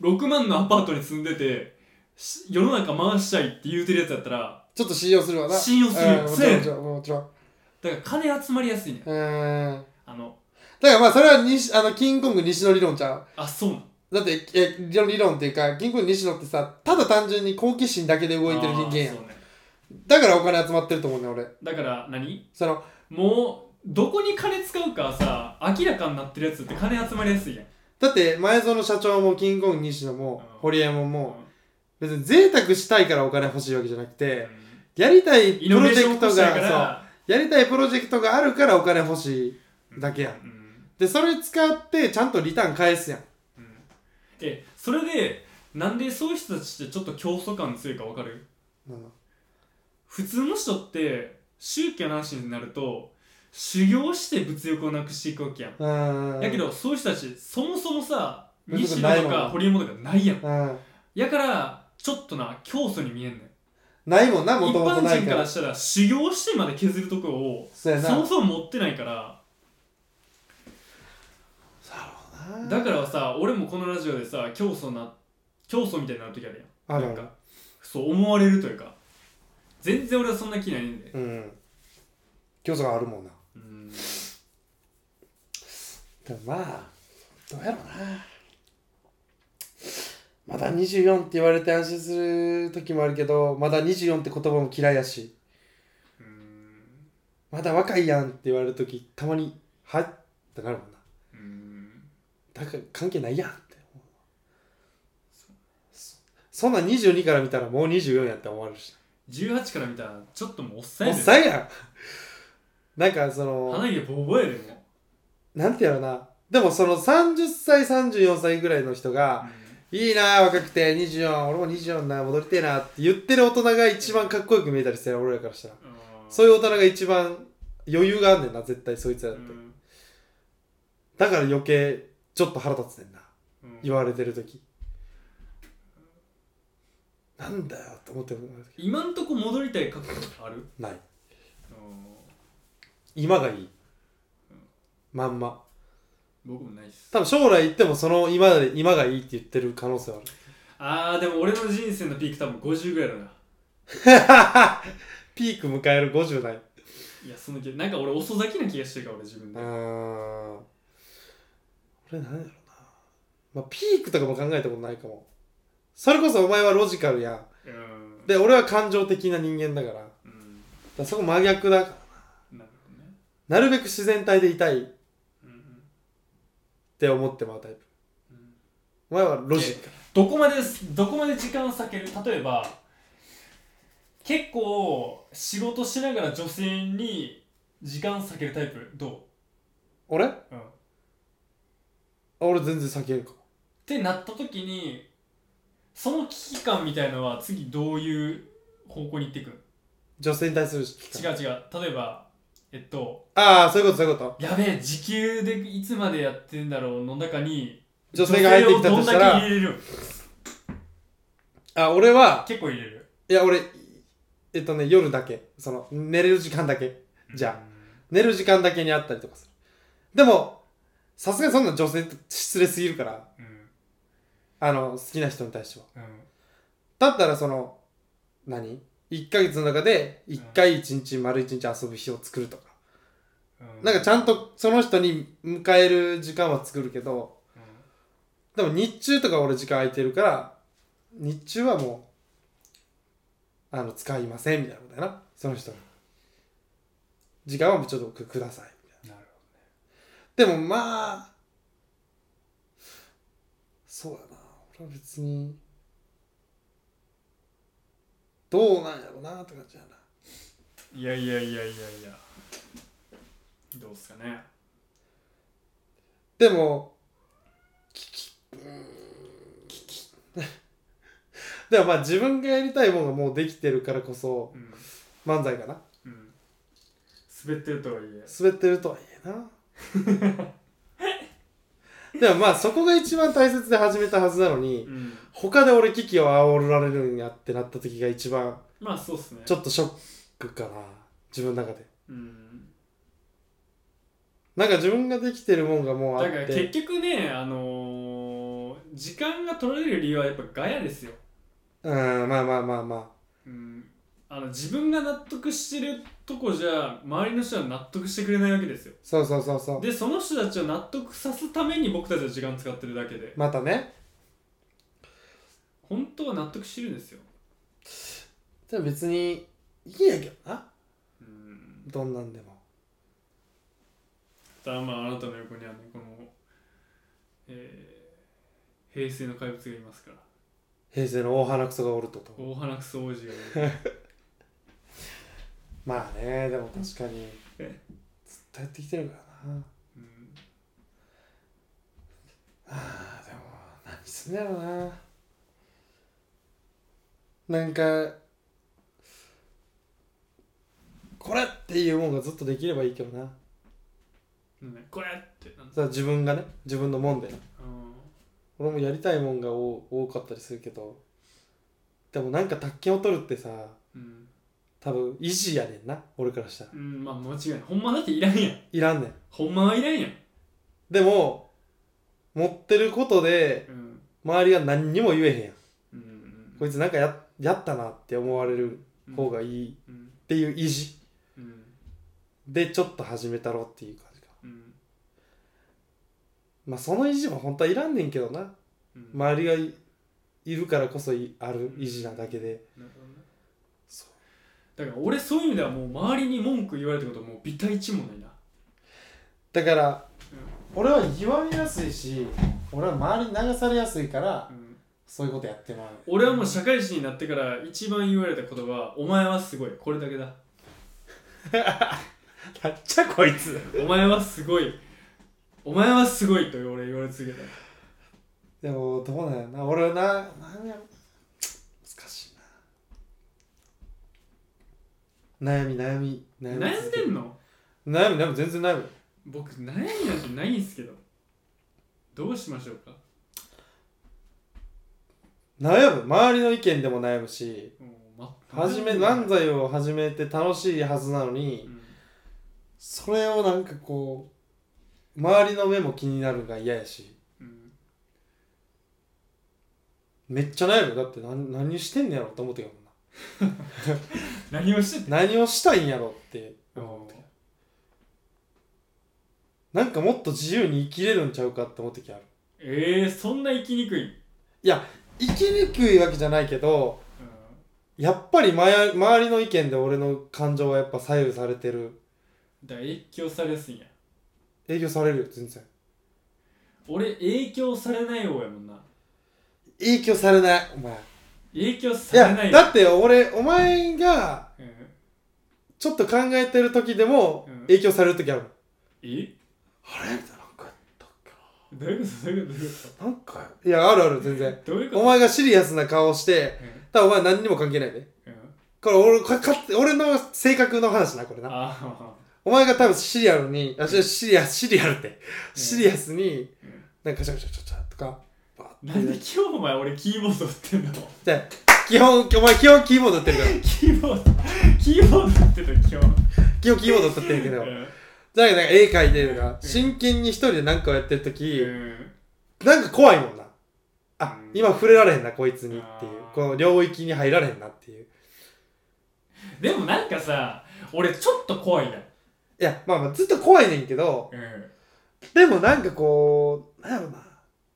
6万のアパートに住んでてし世の中回したいって言うてるやつやったらちょっと信用するわな。信用するうんもせちろん、やもちろん、もちろだん。から金集まりやすいねんうーん。あのだからまあそれは西あのキングコング西の理論じゃんあそうなんだってえ理論理論っていうかキングコング西野ってさただ単純に好奇心だけで動いてる人間やあーんそうねだからお金集まってると思うね俺だから何そのもうどこに金使うかはさ明らかになってるやつって金集まりやすいやんだって前園社長もキングコング西野もうん堀江ももう別に贅沢したいからお金欲しいわけじゃなくうんてやりたいプイノベロージショェン起クこトしたいかがらそうやりたいプロジェクトがあるからお金欲しいだけやんうんでそれ使ってちゃんとリターン返すやんうんえそれでなんでそういう人たちってちょっと競争感強いかわかるうん普通の人って宗教の話になると修行して物欲をなくしていくわけやんうんやけどそういう人たちそもそもさそういうこと西な野いともんなか堀江もとかないやんうんやからちょっとな競争に見えんねんないもんなも一ともと般ない人かかららしたら修行してまで削るとこをそう やなそもそも持ってないからだからさ俺もこのラジオでさ競争な競争みたいになる時あるやあんるなあんるかそう思われるというか全然俺はそんな気ないねんでうん競争があるもんなうんでもまあどうやろうなまだ24って言われて安心する時もあるけどまだ24って言葉も嫌いやしうんまだ若いやんって言われる時たまに「はっ?」ってなるもんなうんだから関係ないやんって思うそそんなん22から見たらもう24やって思われるし18から見たらちょっともうおっさんおやっでさんやんなんかその鼻毛ボーボーやでもうなんてやろな。でもその30歳、34歳ぐらいの人が、いいなぁ、若くて、24、俺も24な、戻りてえなって言ってる大人が一番かっこよく見えたりしてる、俺らからしたら。うんそういう大人が一番余裕があんねんな、絶対そいつらっうて。んだから余計、ちょっと腹立つねんな、うん言われてる時。なんだよって思ってる時今んとこ戻りたい覚悟あるない。うん今がいい。まんま。僕もないっす多分将来行ってもその今で今がいいって言ってる可能性はある。あーでも俺の人生のピーク多分50ぐらいだなピーク迎える50ない。いやその気なんか俺遅咲きな気がしてるから俺自分うでーん。俺なんやろな。まあ、ピークとかも考えたことないかも。それこそお前はロジカルやん。うんで、俺は感情的な人間だから。だかうんらそこ真逆だ。なるほどねなるべく自然体でいたいっうんて思ってまうタイプ。うんお前はロジカどこまですどこまで時間を割ける例えば結構仕事しながら女性に時間割けるタイプど俺う、うん、っ俺全然避けるかも。てなった時にその危機感みたいのは次どういう方向に行っていく女性に対する違う違う例えばえっとああ、そういうこと、そういうこと。やべえ時給でいつまでやってんだろうの中に女性が入ってきたと女性をどんしただけら、入れるあ、俺は、結構入れるいや、俺、えっとね、夜だけ。その、寝れる時間だけ。じゃあ寝る時間だけにあったりとかするでもさすがにそんな女性って失礼すぎるからうんあの好きな人に対してはうんだったらその何1ヶ月の中で1回1日丸1日遊ぶ日を作るとか、うなんかちゃんとその人に迎える時間は作るけどうんでも日中とか俺時間空いてるから日中はもうあの使いませんみたいなことやなその人に時間はもうちょっとくくださいみたいななるでもまあそうだな俺は別にどうなんやろなって感じやないやいやいやいやいやどうっすかねでもききうーん でもまあ自分がやりたいものがもうできてるからこそうん漫才かなうん滑ってるとはいえ滑ってるとはいえなでもまあそこが一番大切で始めたはずなのにうん他で俺危機を煽られるんやってなった時が一番まあそうっすねちょっとショックかな自分の中でうんなんか自分ができてるもんがもうあだっからて結局ねあのー時間が取られる理由はやっぱガヤですようんまあまあまあまあうんあの自分が納得してるとこじゃ周りの人は納得してくれないわけですよそうそうそうそうでその人たちを納得さすために僕たちは時間使ってるだけでまたね本当は納得してるんですよじゃあ別にいいんやけどなうんどんなんでもただまああなたの横にはねこの、えー平成の怪物がいますから平成の大花クソがおるってこと大鼻くそ王子がいるまあねでも確かにずっえとやってきてるからなうんあーでも何すんだろうななんかこれっていうもんがずっとできればいいけどななんだねこれってなんださ自分がね自分のもんでうん俺もやりたいもんが多多かったりするけどでもなんか卓球を取るってさうん、多分維持やねんな俺からしたらうん、まあ間違いないほんまだっていらんやんいらんねんほんまはいらんやん、でも持ってることでうん周りが何にも言えへんやんうんうん、こいつなんかややったなって思われる方がいいうんっていう維持うんでちょっと始めたろっていう感じかうんまあその維持も本当はいらんねんけどなうん周りがいいるからこそいある維持なだけでなるほどねそだから俺そういう意味ではもう周りに文句言われたことはもうビタ一もないなだから俺は言われやすいし俺は周りに流されやすいからうんそういうことやってまう俺はもう社会人になってから一番言われた言葉はお前はすごいこれだけだなんじゃこいつお前はすごいお前はすごいと俺言われ続けたでもどうなんやな俺はななんや難しいな悩み悩み悩み悩んでんの悩み悩み全然悩み僕悩みなんてないんすけどどうしましょうか、悩む周りの意見でも悩むしもうま、始め漫才を始めて楽しいはずなのうにんそれをなんかこう周りの目も気になるのが嫌やしうんめっちゃ悩むだって何何してんねやろって思ってるもんな何をしてて何をしたいんやろってうなんかもっと自由に生きれるんちゃうかって思ってきあるえー、そんな生きにくい、うん、生きにくいわけじゃないけどやっぱりまや周りの意見で俺の感情はやっぱ左右されてるだから影響されやすいんや影響されるよ全然俺影響されない方やもんな影響されないお前影響いされなやいだって俺お前がうん、ちょっと考えてる時でもうん影響される時ある、えあれみたいななんかやったっどういうことどういうことどういうこけななんかいやあるある全 然とどういうこおと前がシリアスな顔してうんただお前何にも関係ないでうんこれ俺かか俺の性格の話なこれなああお前が多分シリアルにあしシリアスシリアルってうんシリアスにうんなんかちゃちゃちゃちゃとかバーなんでって今日お前俺キーボード打ってんのじゃあ基本お前基本キーボード打ってるからキーボードキーボード打ってた今日基本キーボード打ってるけどうんじゃあなんか絵描いてるとかうん真剣に一人で何かをやってる時、うんなんか怖いもんな。あうん、今触れられへんな、こいつにっていうあー。この領域に入られへんなっていう。でもなんかさ俺ちょっと怖いな、いや、まあまあ、ずっと怖いねんけど、うんでもなんかこう、なんやろな、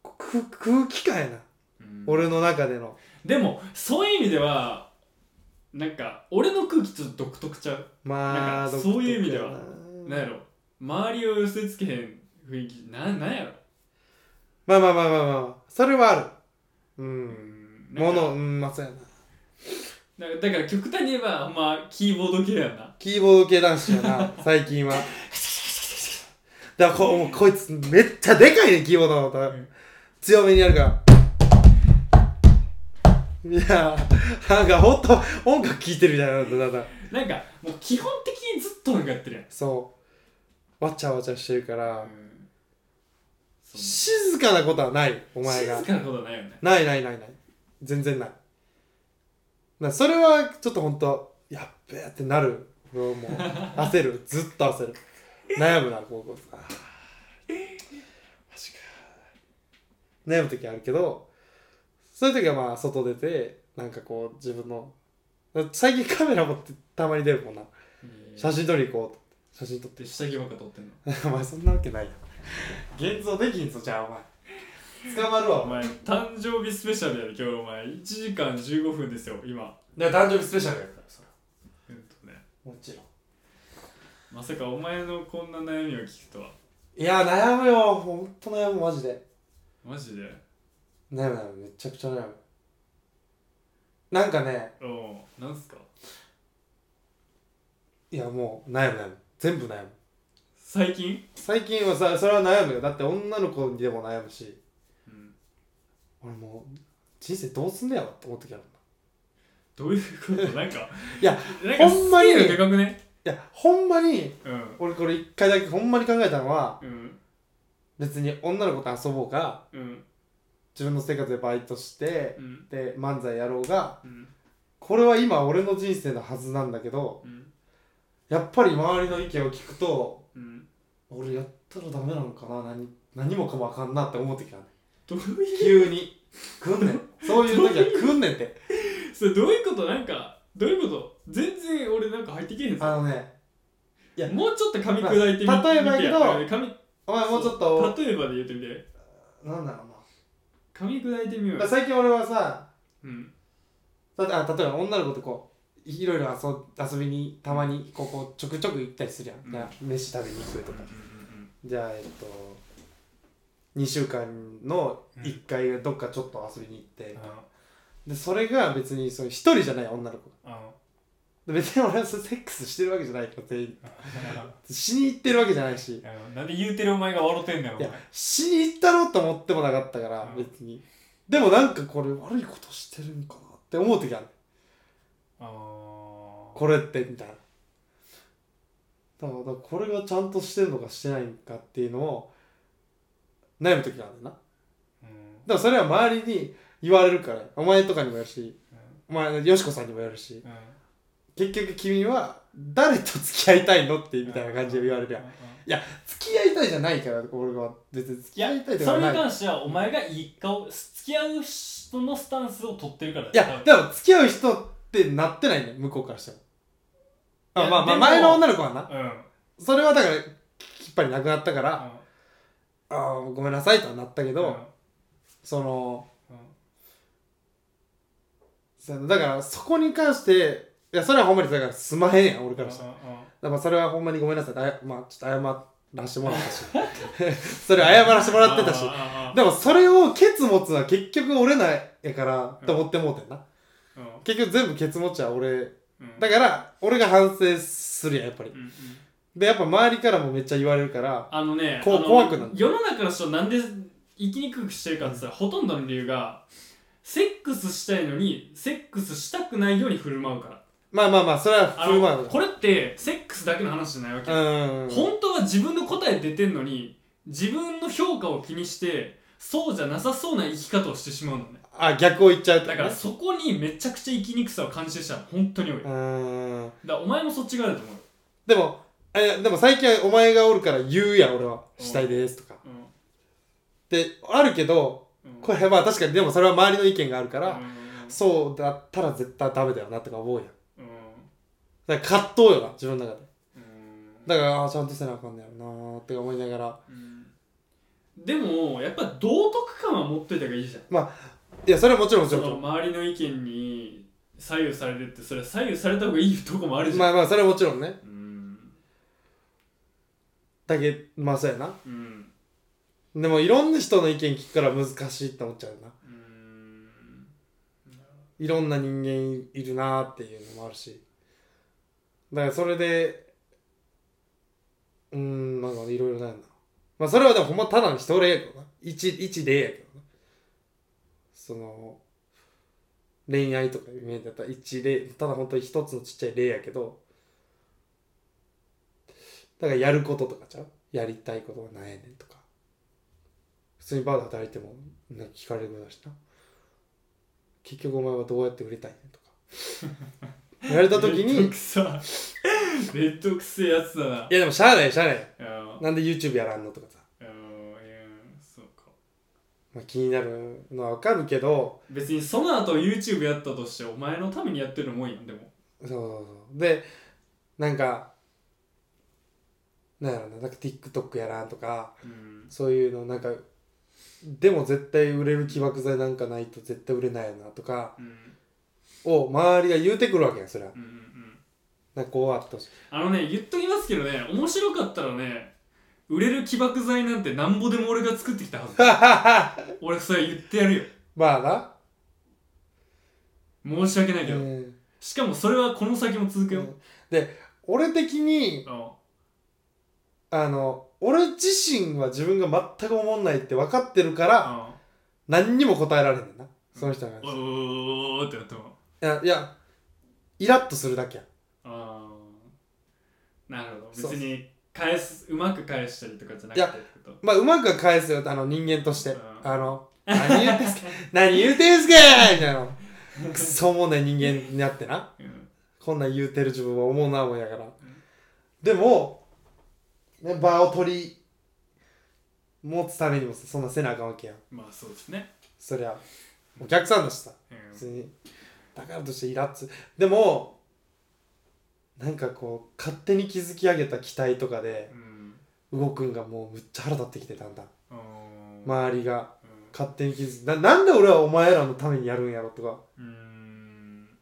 こ空空気感やな。うん、俺の中での。でもそういう意味ではなんか俺の空気ちょっと独特ちゃうまなあ、んか独特そういう意味ではやなんやろ周りを寄せつけへん雰囲気ななんやろまあまあまあまあまあまあ、それはある。う。うんんなもんかの、うん、まあそうやな。なんかだから極端に言えばほんまキーボード系やんなキーボード系男子 やな、最近は。だからこ、もうこいつめっちゃでかいね、キーボードの音。ん強めにやるから。いやー、なんかほんと音楽聴いてるみたいなのだだだ。なんかもう基本的にずっとなんかやってるやん、そう。わちゃわちゃしてるから、ん、そ静かなことはない、おう前が静。かなことはないよねないないないない。全然ない。なそれはちょっとほんと、やっべーってなる。俺 はもう焦る。ずっと焦る。悩むな、高校さ。あーマジか。悩む時あるけど、そういう時はまあ、外出て、なんかこう、自分のだから最近カメラ持ってたまに出るもんな写真真撮り行こう写真撮って で下着ばっか撮ってんのお前そんなわけないよ現像できんぞじゃあお前捕まるわお前誕生日スペシャルやで今日お前1時間15分ですよ今だから誕生日スペシャルやからそれうんとねもちろまさかお前のこんな悩みを聞くとはんいや悩むよほんと悩むマジでマジで悩む悩むめちゃくちゃ悩むなんかねおおうなんすかいやもう悩む悩む全部悩む最近最近はさそれは悩むよだって女の子にでも悩むしうん俺もう人生どうすんねやろって思ってきたもんどういうことなんかいやなんかほんまにスケールでかくねいやほんまにうん俺これ一回だけほんまに考えたのはうん別に女の子と遊ぼうがうん自分の生活でバイトしてうんで漫才やろうがうんこれは今俺の人生のはずなんだけどうんやっぱり周りの意見を聞くとうん俺やったらダメなのかな何何もかもあかんなって思ってきたねどういう急に来んねんそういう時は来んねんってそれどういうことなんかどういうこと全然俺なんか入ってけへんぞあのねいやもうちょっと噛み砕いてみ,、まあ例えばやけど見てや噛みお前もうちょっと例えばで言ってみてなんだろうな噛み砕いてみようだからよ最近俺はさうんだってあ例えば女の子とこういろいろ遊遊びにたまにこうこうちょくちょく行ったりするやん、うんじゃあ飯食べに行くとうんか、うんじゃあえっと2週間の1回どっかちょっと遊びに行って、うんあでそれが別にその1人じゃない女の子あで別に俺はそれセックスしてるわけじゃないから全員あしに行ってるわけじゃないしあなんで言うてるお前が笑ってんだよおいや前しに行ったろうと思ってもなかったからうん別にでもなんかこれ悪いことしてるんかなって思う時あるあこれってみたいなだからだからこれがちゃんとしてるのかしてないのかっていうのを悩む時なんだよなだかーうんらそれは周りに言われるからお前とかにもやるしお前よしこさんにもやるしうん結局君は誰と付き合いたいのってみたいな感じで言われるやんうんうん付き合いたいじゃないから俺は別に付いきや合いたいとかそれないに関してはお前がいい顔付き合う人のスタンスを取ってるからいや、でも付き合う人ってなってないね、向こうからしても。いあやまあまであ、も前の女の子はな。多分うんうんそれはだから、きっぱりなくなったから、ああ、ごめんなさいとはなったけど、その、うんうんそのだからそこに関して、いや、それはほんまに、だからすまへんやん、俺からしたら。うんうんだからそれはほんまにごめんなさいってあや。まあ、ちょっと謝らしてもらったし。 それ謝らしてもらってたしあ。あああでもそれをケツ持つのは結局俺ないやから、と思ってもうてんな。う結局全部ケツ持ちは俺、んうんだから俺が反省するやん、やっぱりう。んうんでやっぱ周りからもめっちゃ言われるからあのねこうあの怖くなる世の中の人なんで生きにくくしてるかって言ったら、ほとんどの理由がセックスしたいのにセックスしたくないように振る舞うからまあまあまあそれはあ振のる舞うこれってセックスだけの話じゃないわけ、うん本当は自分の答え出てんのに自分の評価を気にしてそうじゃなさそうな生き方をしてしまうのねあ逆を言っちゃうとだねからそこにめちゃくちゃ生きにくさを感じてしたの本当に多い、だかうんらお前もそっち側だと思うよでもえでも最近はお前がおるから言うやん俺は「うんしたいです」とかうんであるけどうんこれまあ確かにでもそれは周りの意見があるかうらんそうだったら絶対ダメだよなとか思うやうんんだから葛藤よな自分の中でうんだからあちゃんとせなあかんねやろなーって思いながらうんでもやっぱ道徳感は持っといた方がいいじゃんいやそれはもちろんもちそろんのも周りの意見に左右されるってそれは左右された方がいいとこもあるちろじんゃん、まあまあそれはもちろんねうんだけまあそうやなうんでもいろんな人の意見聞くから難しいって思っちゃうなうんいろんな人間いるなーっていうのもあるしだからそれでうーんなんかいろいろなんだまあそれはでもほんまただの人例やけどな一一例やけどなその恋愛とかいう面だったら一例ただ本当に一つのちっちゃい例やけどだからやることとかちゃうやりたいことは何やねんとか普通にバーで働いてもなんか聞かれることだしな結局お前はどうやって売れたいねんとか言われた時めんどにくさ めんどくせえやつだないやでもしゃあないしゃあないうんなんで YouTube やらんのとかさうんいやそうかまあ、気になるのはわかるけど別にその後 YouTube やったとしてお前のためにやってるのもいいやんでもそうそうそうでなんかなんやろななんか TikTok やらんとかうんそういうのなんかでも絶対売れる起爆剤なんかないと絶対売れないよなとかうんを周りが言うてくるわけやんそれはうんうんうんなんかこうあってほしい あのね言っときますけどね面白かったらね売れる起爆剤なんてなんぼでも俺が作ってきたはず俺それ言ってやるよまあな、申し訳ないけうど、ん、しかもそれはこの先も続くよ、うん俺的にあのあの俺自身は自分が全く思んないって分かってるからあ何にも答えられへんねんなその人がのおーおーおーってなってもいやいやイラッとするだけやああなるほそどう別に返すうまく返したりとかじゃなくてってことまあうまくは返すよあの人間として、うんあの何言うてんす か何言うてんすかみたいなくそおもんない人間になってなうんこんなん言うてる自分は思うなもんやから、んでも、ね、場を取り持つためにもさそんなせなあかんわけやんまあそうですね、そりゃお客さんだしさうん別にだからとしてイラつでもなんかこう勝手に築き上げた期待とかでうん動くんがもうむっちゃ腹立ってきてだんだんあー周りがう勝手に築きななんで俺はお前らのためにやるんやろとかんうん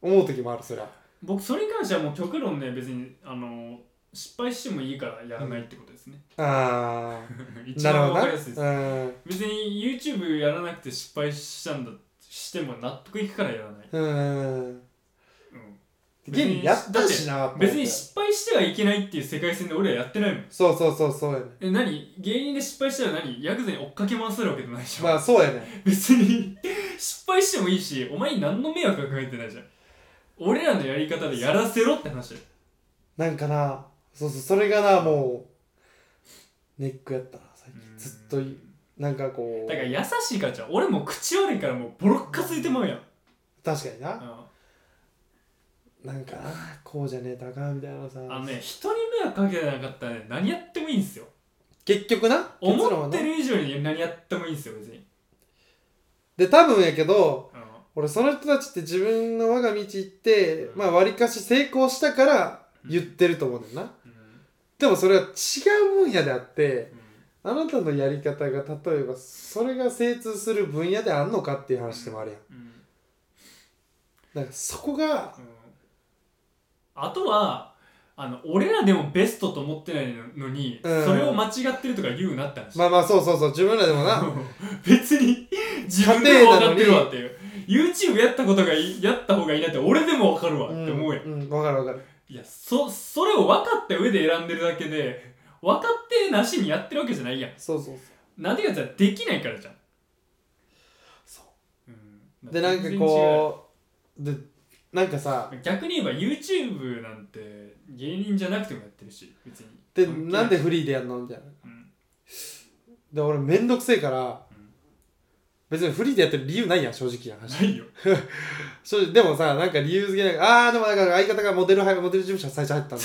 思う時もあるそりゃ僕それに関してはもう極論ね別にあの失敗してもいいからやらないってことですね、あ ー一なるほ番どわなかりやすいですうん別に YouTube やらなくて失敗したんだしても納得いくからやらない、うんうん、現にやったしなと思って別に失敗してはいけないっていう世界線で俺らやってないもんそうそうそうそうやねえ何芸人で失敗したら何ヤクザに追っかけ回されるわけじゃないでしょ、まあそうやね別に失敗してもいいしお前に何の迷惑がかけてないじゃん俺らのやり方でやらせろって話だよなんかなそうそうそれがなもうネックやったな最近ずっといなんかこうだから優しいからじゃん俺もう口悪いからもうボロッカついてまうやん、確かにな、うんなんかなこうじゃねえとあかんみたいなさあのね人に迷惑かけてなかったらね何やってもいいんですよ結局な結論思はってねる以上に何やってもいいんですよ別に、で多分やけどうん俺その人たちって自分の我が道行って、うんまあわりかし成功したから言ってると思うねんだよな、うんでもそれは違う分野であってうんあなたのやり方が例えばそれが精通する分野であんのかっていう話でもあるやんうんなんかそこがうんあとはあの俺らでもベストと思ってないのに、うんそれを間違ってるとか言うなって話、まあまあそうそうそう自分らで もな別に自分でも分かってるわっていう YouTube やったことがいいやった方がいいなって俺でも分かるわって思うやん、うん、うん、分かる分かるいやそそれを分かった上で選んでるだけで分かってなしにやってるわけじゃないやんそうそうそなんでかって言ったらできないからじゃん、そううでなんかこうでなんかさ、う逆に言えば YouTube なんて芸人じゃなくてもやってるし別にでなんで、フリーでやんのみたいなうんで俺めんどくせえから、うん別にフリーでやってる理由ないやん正直な話ないよ正直でもさなんか理由付けないああーでもなんか相方がモデル入モデル事務所最初入 ったんで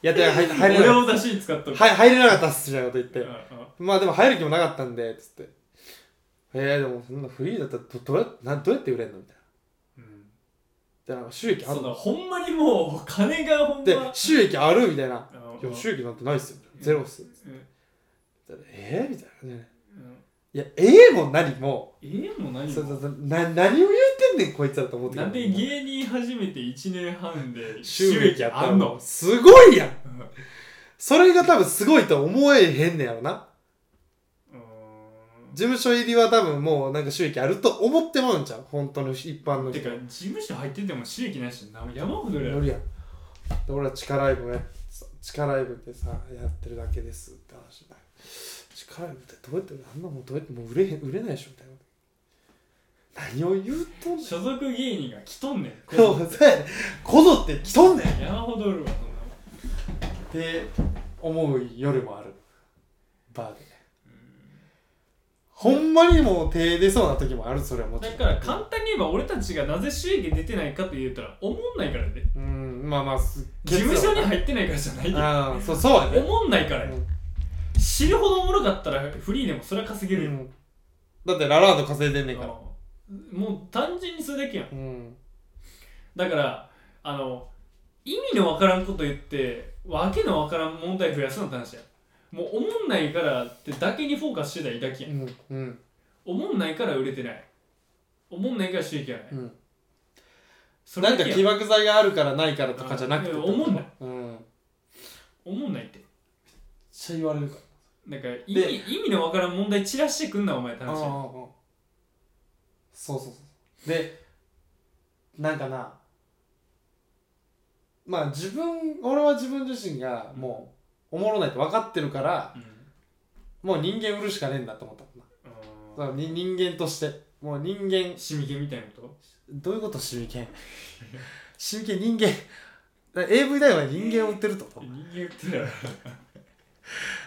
やって入入れな俺かっを出しに使ったたのはい入れなかったっすみたいなこと言って、うんうんまあでも入る気もなかったんでつってえー、でもそんなフリーだったらどどうやなんどうやって売れんのみたいなうんでなんか収益あそるのほんまにもう金がほんまで収益あるみたいなあ「のいや収益なんてないっすよ」ゼロっす」うんえー、みたいなねうんいやええも何もええもう何もそうそうそうな何を言うてんねんこいつらと思ってなんけでど芸人始めて1年半で収益やったあんののすごいやんうんそれが多分すごいと思えへんねやろなう事務所入りは多分もうなんか収益あると思ってまうんじゃん本当の一般ーのんて人か事務所入ってても収益ないしな山ほどだやよるやんで俺は力ライブねそ力ライブってさやってるだけですって話だ力ライブってどうやってあんなもんどうやってもう売れへん売れないでしょみたいな何を言うとんねん所属芸人が来とんねんそうそうやねこぞって来とんねんっ山ほどおるわそんなもんて思う夜もあるバーでほんまにもう手出そうな時もあるそれはもちろだんから簡単に言えば俺たちがなぜ収益出てないかと言ったら思んないからねうんまあまあす事務所に入ってないからじゃないよああそうそうやね思んないからよう知るほどおもろかったらフリーでもそれは稼げるよ、んだってララード稼いでんねんからうんもう単純にそれだけやんうんだからあの意味のわからんこと言ってわけのわからん問題増やすのって話やもうおもんないからってだけにフォーカスしてたらいいだけうやんんうんおもんないから売れてないおもんないから収益がない、うんそれなだんけかやん起爆剤があるからないからとかじゃなくてあいや思んないうんめっおもんないってちゃ言われるかなんか意味意味のわからん問題散らしてくんなお前ってらああああ話やんそうそうそうでなんかなまあ自分俺は自分自身がもうおもろないと分かってるからうんもう人間売るしかねえんだと思ったもんなあだからに人間としてもう人間ーシミゲみたいなことどういうことシ ミケンシミケン人間だから AV 大は人間を売ってると人間売ってたら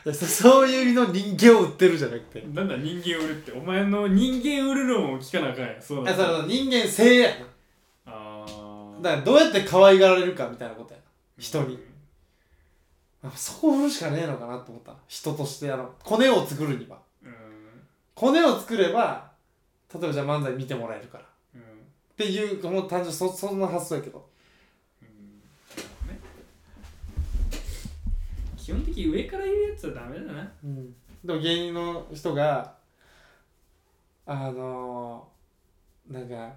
でそそういう意味の人間を売ってるじゃなくてなんだ人間売るってお前の人間売る論を聞かなあかんやんそうあだそうそう人間性やあーだからどうやって可愛がられるかみたいなことや人にうんあそこを売るしかねえのかなと思った人としてあのコネを作るにはうんコネを作れば例えばじゃあ漫才見てもらえるからっうんていうもう単純にそそんな発想やけどうんね基本的に上から言うやつはダメだなうんでも芸人の人があのー、なんか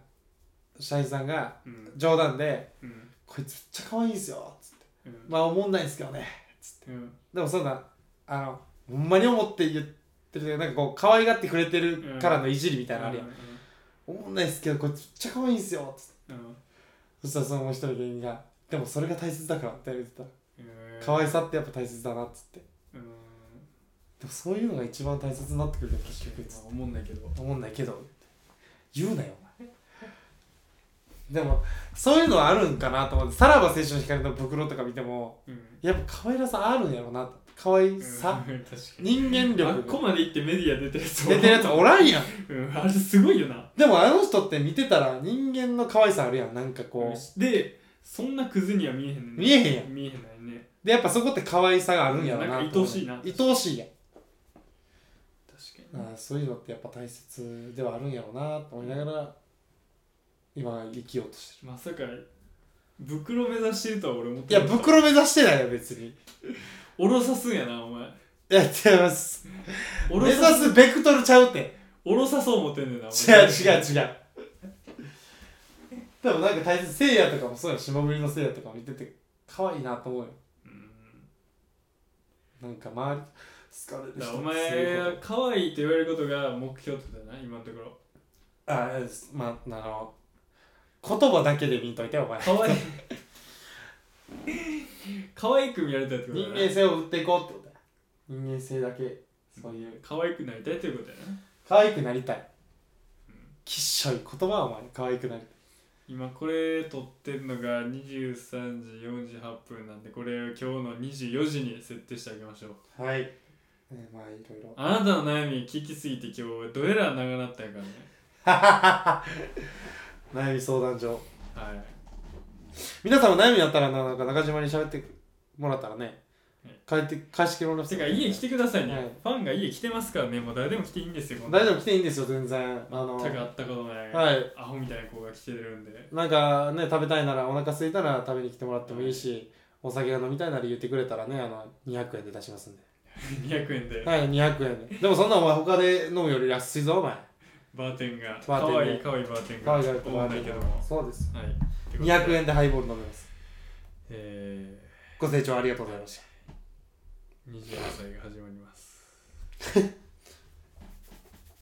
社員さんがうん冗談でうん「こいつめっちゃ可愛いんすよ」つっうてん「まあおもんないんすけどね」うんでもそんなあのほんまに思って言ってるけどなんかこう可愛がってくれてるからのいじりみたいなのあるやん、おもんないっすけどこれめっちゃ可愛いんすよつってうんそしたらそのもう一人芸人がでもそれが大切だからって言ってた、うん可愛さってやっぱ大切だなっつってでうんもそういうのが一番大切になってくるよ結局まあ思んないけどおもんないけど言うなよお前でもそういうのはあるんかなと思ってさらば青春の光の袋とか見てもうんやっぱ可愛らさあるんやろな可愛さ、うん確かに人間あっ力こまで行ってメディア出てるやつ出てるやつおらんやんうんあれすごいよなでもあの人って見てたら人間の可愛さあるやんなんかこうでそんなクズには見えへんね見えへんやん見えへんないねでやっぱそこって可愛さがあるんやろななんか愛おしいな愛おしいやん確あかーそういうのってやっぱ大切ではあるんやろなと思いながら今生きようとしてにるまさか袋目指してるとは俺思っいてやなかった袋目指してないよ別にいおろさすんやなお前や違いますおろ目指さすすベクトルちゃうっておろさそう思ってんねんなお違う前違う違う でもなんか大切せいやとかもそうや霜降りのせいやとかも見てて可愛いなと思うようんなんか周り好かれるだから人おそう前いうことが可愛いって言われることが目標ってことだな今のところあすまああの言葉だけで見といてお 前可愛い可愛く見られたいってこと人だな間性を売っていこうってことや人間性だけそういう可愛くなりたいってことやな可愛くなりたいきっしょい言葉はお前可愛くなりたい今これ撮ってるのが23時48分なんでこれを今日の24時に設定してあげましょうはい、ね、まあいろいろ あなたの悩み聞きすぎて今日どえらい長なったんやからね悩み相談所はい、皆さんも悩みあったらなんか中島に喋ってもらったらね帰って返してもらっててか家来てくださいね、はいファンが家来てますからねもう誰でも来ていいんですよ大丈夫来ていいんですよ全然あの全く会ったことない、はいアホみたいな子が来てるんで なんかね食べたいならお腹空いたら食べに来てもらってもいいし、お酒が飲みたいなら言ってくれたらねあの200円で出しますんで200円ではい、200円で。でもそんなんお前他で飲むより安いぞ、お前。バーテンがバーテンがかわいいかわいいバーテンが海外と思わないけどもはいそうです。ということで200円でハイボール飲みます。えご清聴ありがとうございました。ー、24歳が始まります